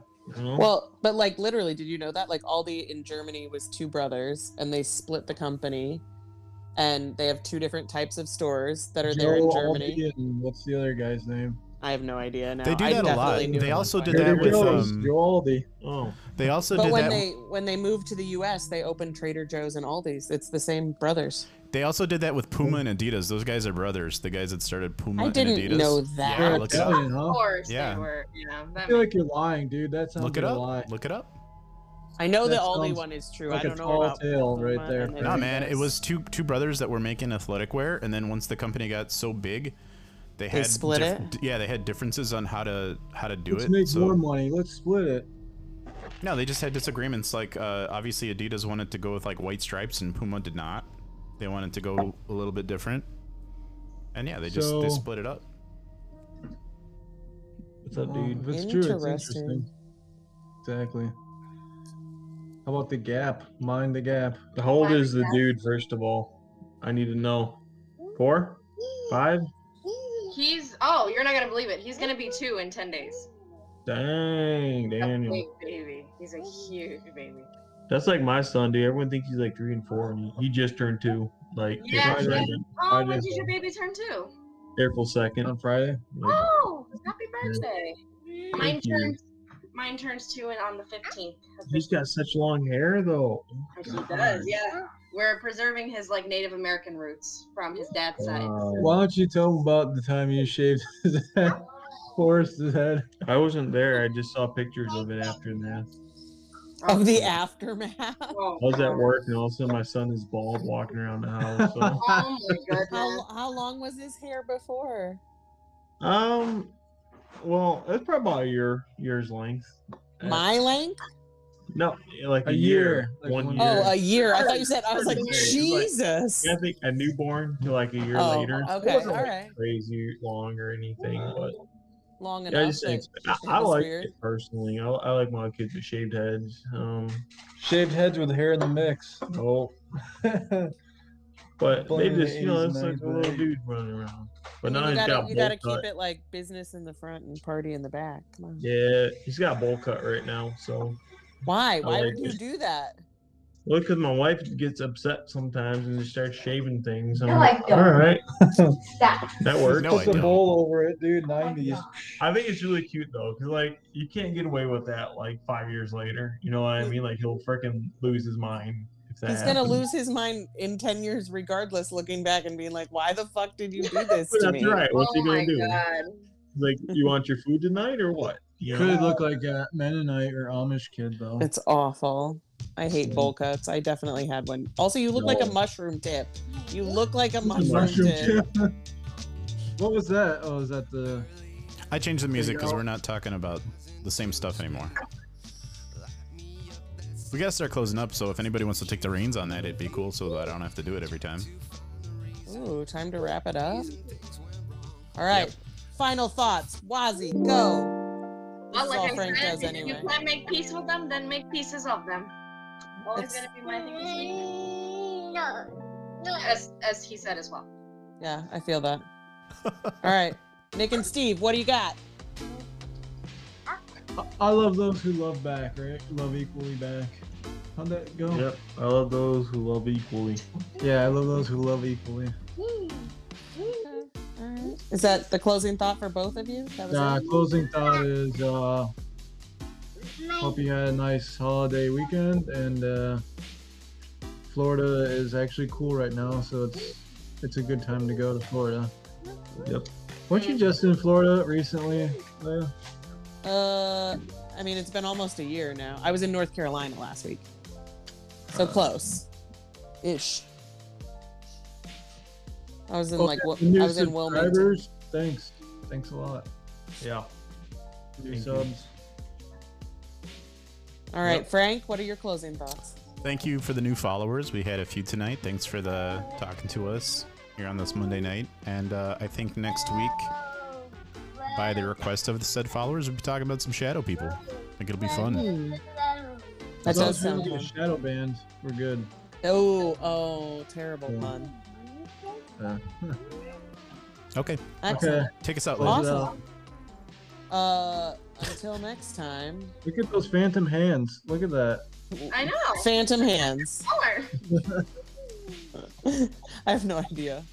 Well, but like literally, did you know that like Aldi in Germany was two brothers and they split the company, and they have two different types of stores that are there in
Joe
Germany.
Aldi and what's the other guy's name?
I have no idea now.
They do
I
that a lot.
definitely knew
They
it.
also did
Trader
that with
Joe's,
um.
Joe Aldi. Oh.
They also
but
did
when
that.
they when they moved to the U.S., they opened Trader Joe's and Aldi's. It's the same brothers.
They also did that with Puma and Adidas. Those guys are brothers. The guys that started Puma
I
and
didn't
Adidas.
know that.
Yeah, look it up.
Italian, huh?
of course
Yeah.
they were. Yeah,
I
that
feel like you're lying, dude. That sounds
Look it
like a
up.
lie.
Look it up.
I know the
That
Aldi
sounds
one is true.
like
I
a
don't know
tall
about
tale right
Puma
there,
and then
Nah, man,
Adidas.
it was two two brothers that were making athletic wear, and then once the company got so big, they
They
had
split
it. Yeah, they had differences on how to how to do
Let's
it.
make
so-
more money. Let's split it.
No, they just had disagreements. Like, uh, obviously, Adidas wanted to go with like white stripes, and Puma did not. They wanted to go a little bit different. And yeah, they just they
So-
split it up.
What's up,
dude?
If it's true, it's
Oh, Interesting.
interesting. Exactly. How about the gap? Mind the gap.
How old is the dude, first of all? I need to know. Four? Five?
he's. Oh, you're not gonna believe it. He's gonna be two in ten days.
Dang, Daniel.
Big baby. He's a huge baby.
That's like my son, dude. Everyone thinks he's like three and four, and he, he just turned two. Like
Yeah.
April,
he-
2nd,
Oh, when did your baby turn two?
April 2nd. On Friday?
Oh, happy birthday. Mine
Thank you.
turns. Mine turns two and on the fifteenth.
he's got such long hair, though.
He does. Yeah. We're preserving his like Native American roots from his dad's side.
Why don't you tell him about the time you shaved his head? Forced his head.
I wasn't there. I just saw pictures of it after that.
of the aftermath.
Oh,
I was at work, and all of a sudden my son is bald walking around the house. So.
how, how long was his hair before?
um, well, it's probably about a year, year's length.
My length?
No, like a,
A
year,
year, like
one
one
year.
Oh, a year. I thought you said. I was like,
It's like-
Jesus.
I think a newborn to like a year
Oh,
later.
okay,
It wasn't like
alright.
crazy long or anything, but
Long
yeah, I
enough.
just
that
think I,
it
I
was
like
weird.
it personally. I, I like my kids with shaved heads. Um,
Shaved heads with hair in the mix.
oh, but they
Born in the
just you know
80s,
it's like a
90s.
little dude running around. But
I
now
mean,
he's
you gotta,
got
you
bowl
gotta
cut.
keep it like business in the front and party in the back. Come on.
Yeah, he's got a bowl cut right now. So
Why?
I
Why
like
would you
it.
do that?
Well, because my wife gets upset sometimes and just starts shaving things. I'm
No, I
like,
don't.
all right,
That.
that works.
No, I
Put the
don't.
bowl over it, dude. 90s.
I think it's really cute though, because like you can't get away with that like five years later. You know what I mean? Like he'll freaking lose his mind if
Mm.
that.
He's gonna
happens.
lose his mind in ten years, regardless. Looking back and being like, "Why the fuck did you do this
Well,
to
that's
me?"
right. What's he Oh gonna my do?
God.
like, you want your food tonight or what? You
Could
know?
look like a Mennonite or Amish kid though.
It's awful. I hate bowl
Mm.
cuts. I definitely had one. Also, you look like a
No.
mushroom dip. You look like a mushroom,
mushroom
dip.
What was that? Oh, is that the?
I changed the music
you
because
go.
we're not talking about the same stuff anymore. We gotta start closing up, so if anybody wants to take the reins on that, it'd be cool so that I don't have to do it every time.
Ooh, time to wrap it up. All right. Final thoughts. Wazzy, go. This
Well,
is
like
all
I
Frank
said,
does
if
anyway.
you can make peace with them, then make pieces of them. Always
It's-
gonna be my thing. this week. As as he said as well.
Yeah, I feel that. All right. Nick and Steve, what do you got?
I love those who love back, right? Love equally back. How'd that go?
Yep. I love those who love equally.
Yeah, I love those who love equally.
Is that the closing thought for both of you? That was
Uh,
it?
closing thought is uh, hope you had a nice holiday weekend, and uh, Florida is actually cool right now, so it's it's a good time to go to Florida.
Yep.
Weren't you just in Florida recently? Leia?
Uh, I mean, it's been almost a year now. I was in North Carolina last week, so close, ish. I was in like
Okay,
Wil-
new
I was in Wilmington.
subscribers, Thanks, thanks a lot.
Yeah.
New
Thank you.
subs.
All right, Frank, what are your closing thoughts?
Thank you for the new followers. We had a few tonight. Thanks for the talking to us here on this Monday night. And uh, I think next week, by the request of the said followers, we'll be talking about some shadow people. I think it'll be fun.
That
Those
does
who
sound
get
fun.
shadow banned. We're good.
Oh, oh, terrible
Yeah.
pun.
嗯
Okay.
Excellent.
Take us out, Liz.
Awesome. Uh, until next time.
Look at those phantom hands. Look at that.
I know.
Phantom hands.
Color.
I have no idea.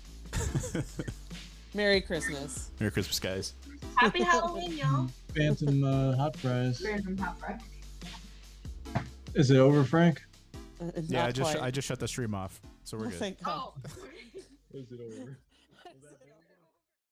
Merry Christmas.
Merry Christmas, guys.
Happy Halloween, y'all.
Phantom uh, hot fries.
Random Pop Rock.
Is it over, Frank?
Yeah, I just I just shut the stream off, so we're
Uh, Oh,
good.
thank God.
Is it over?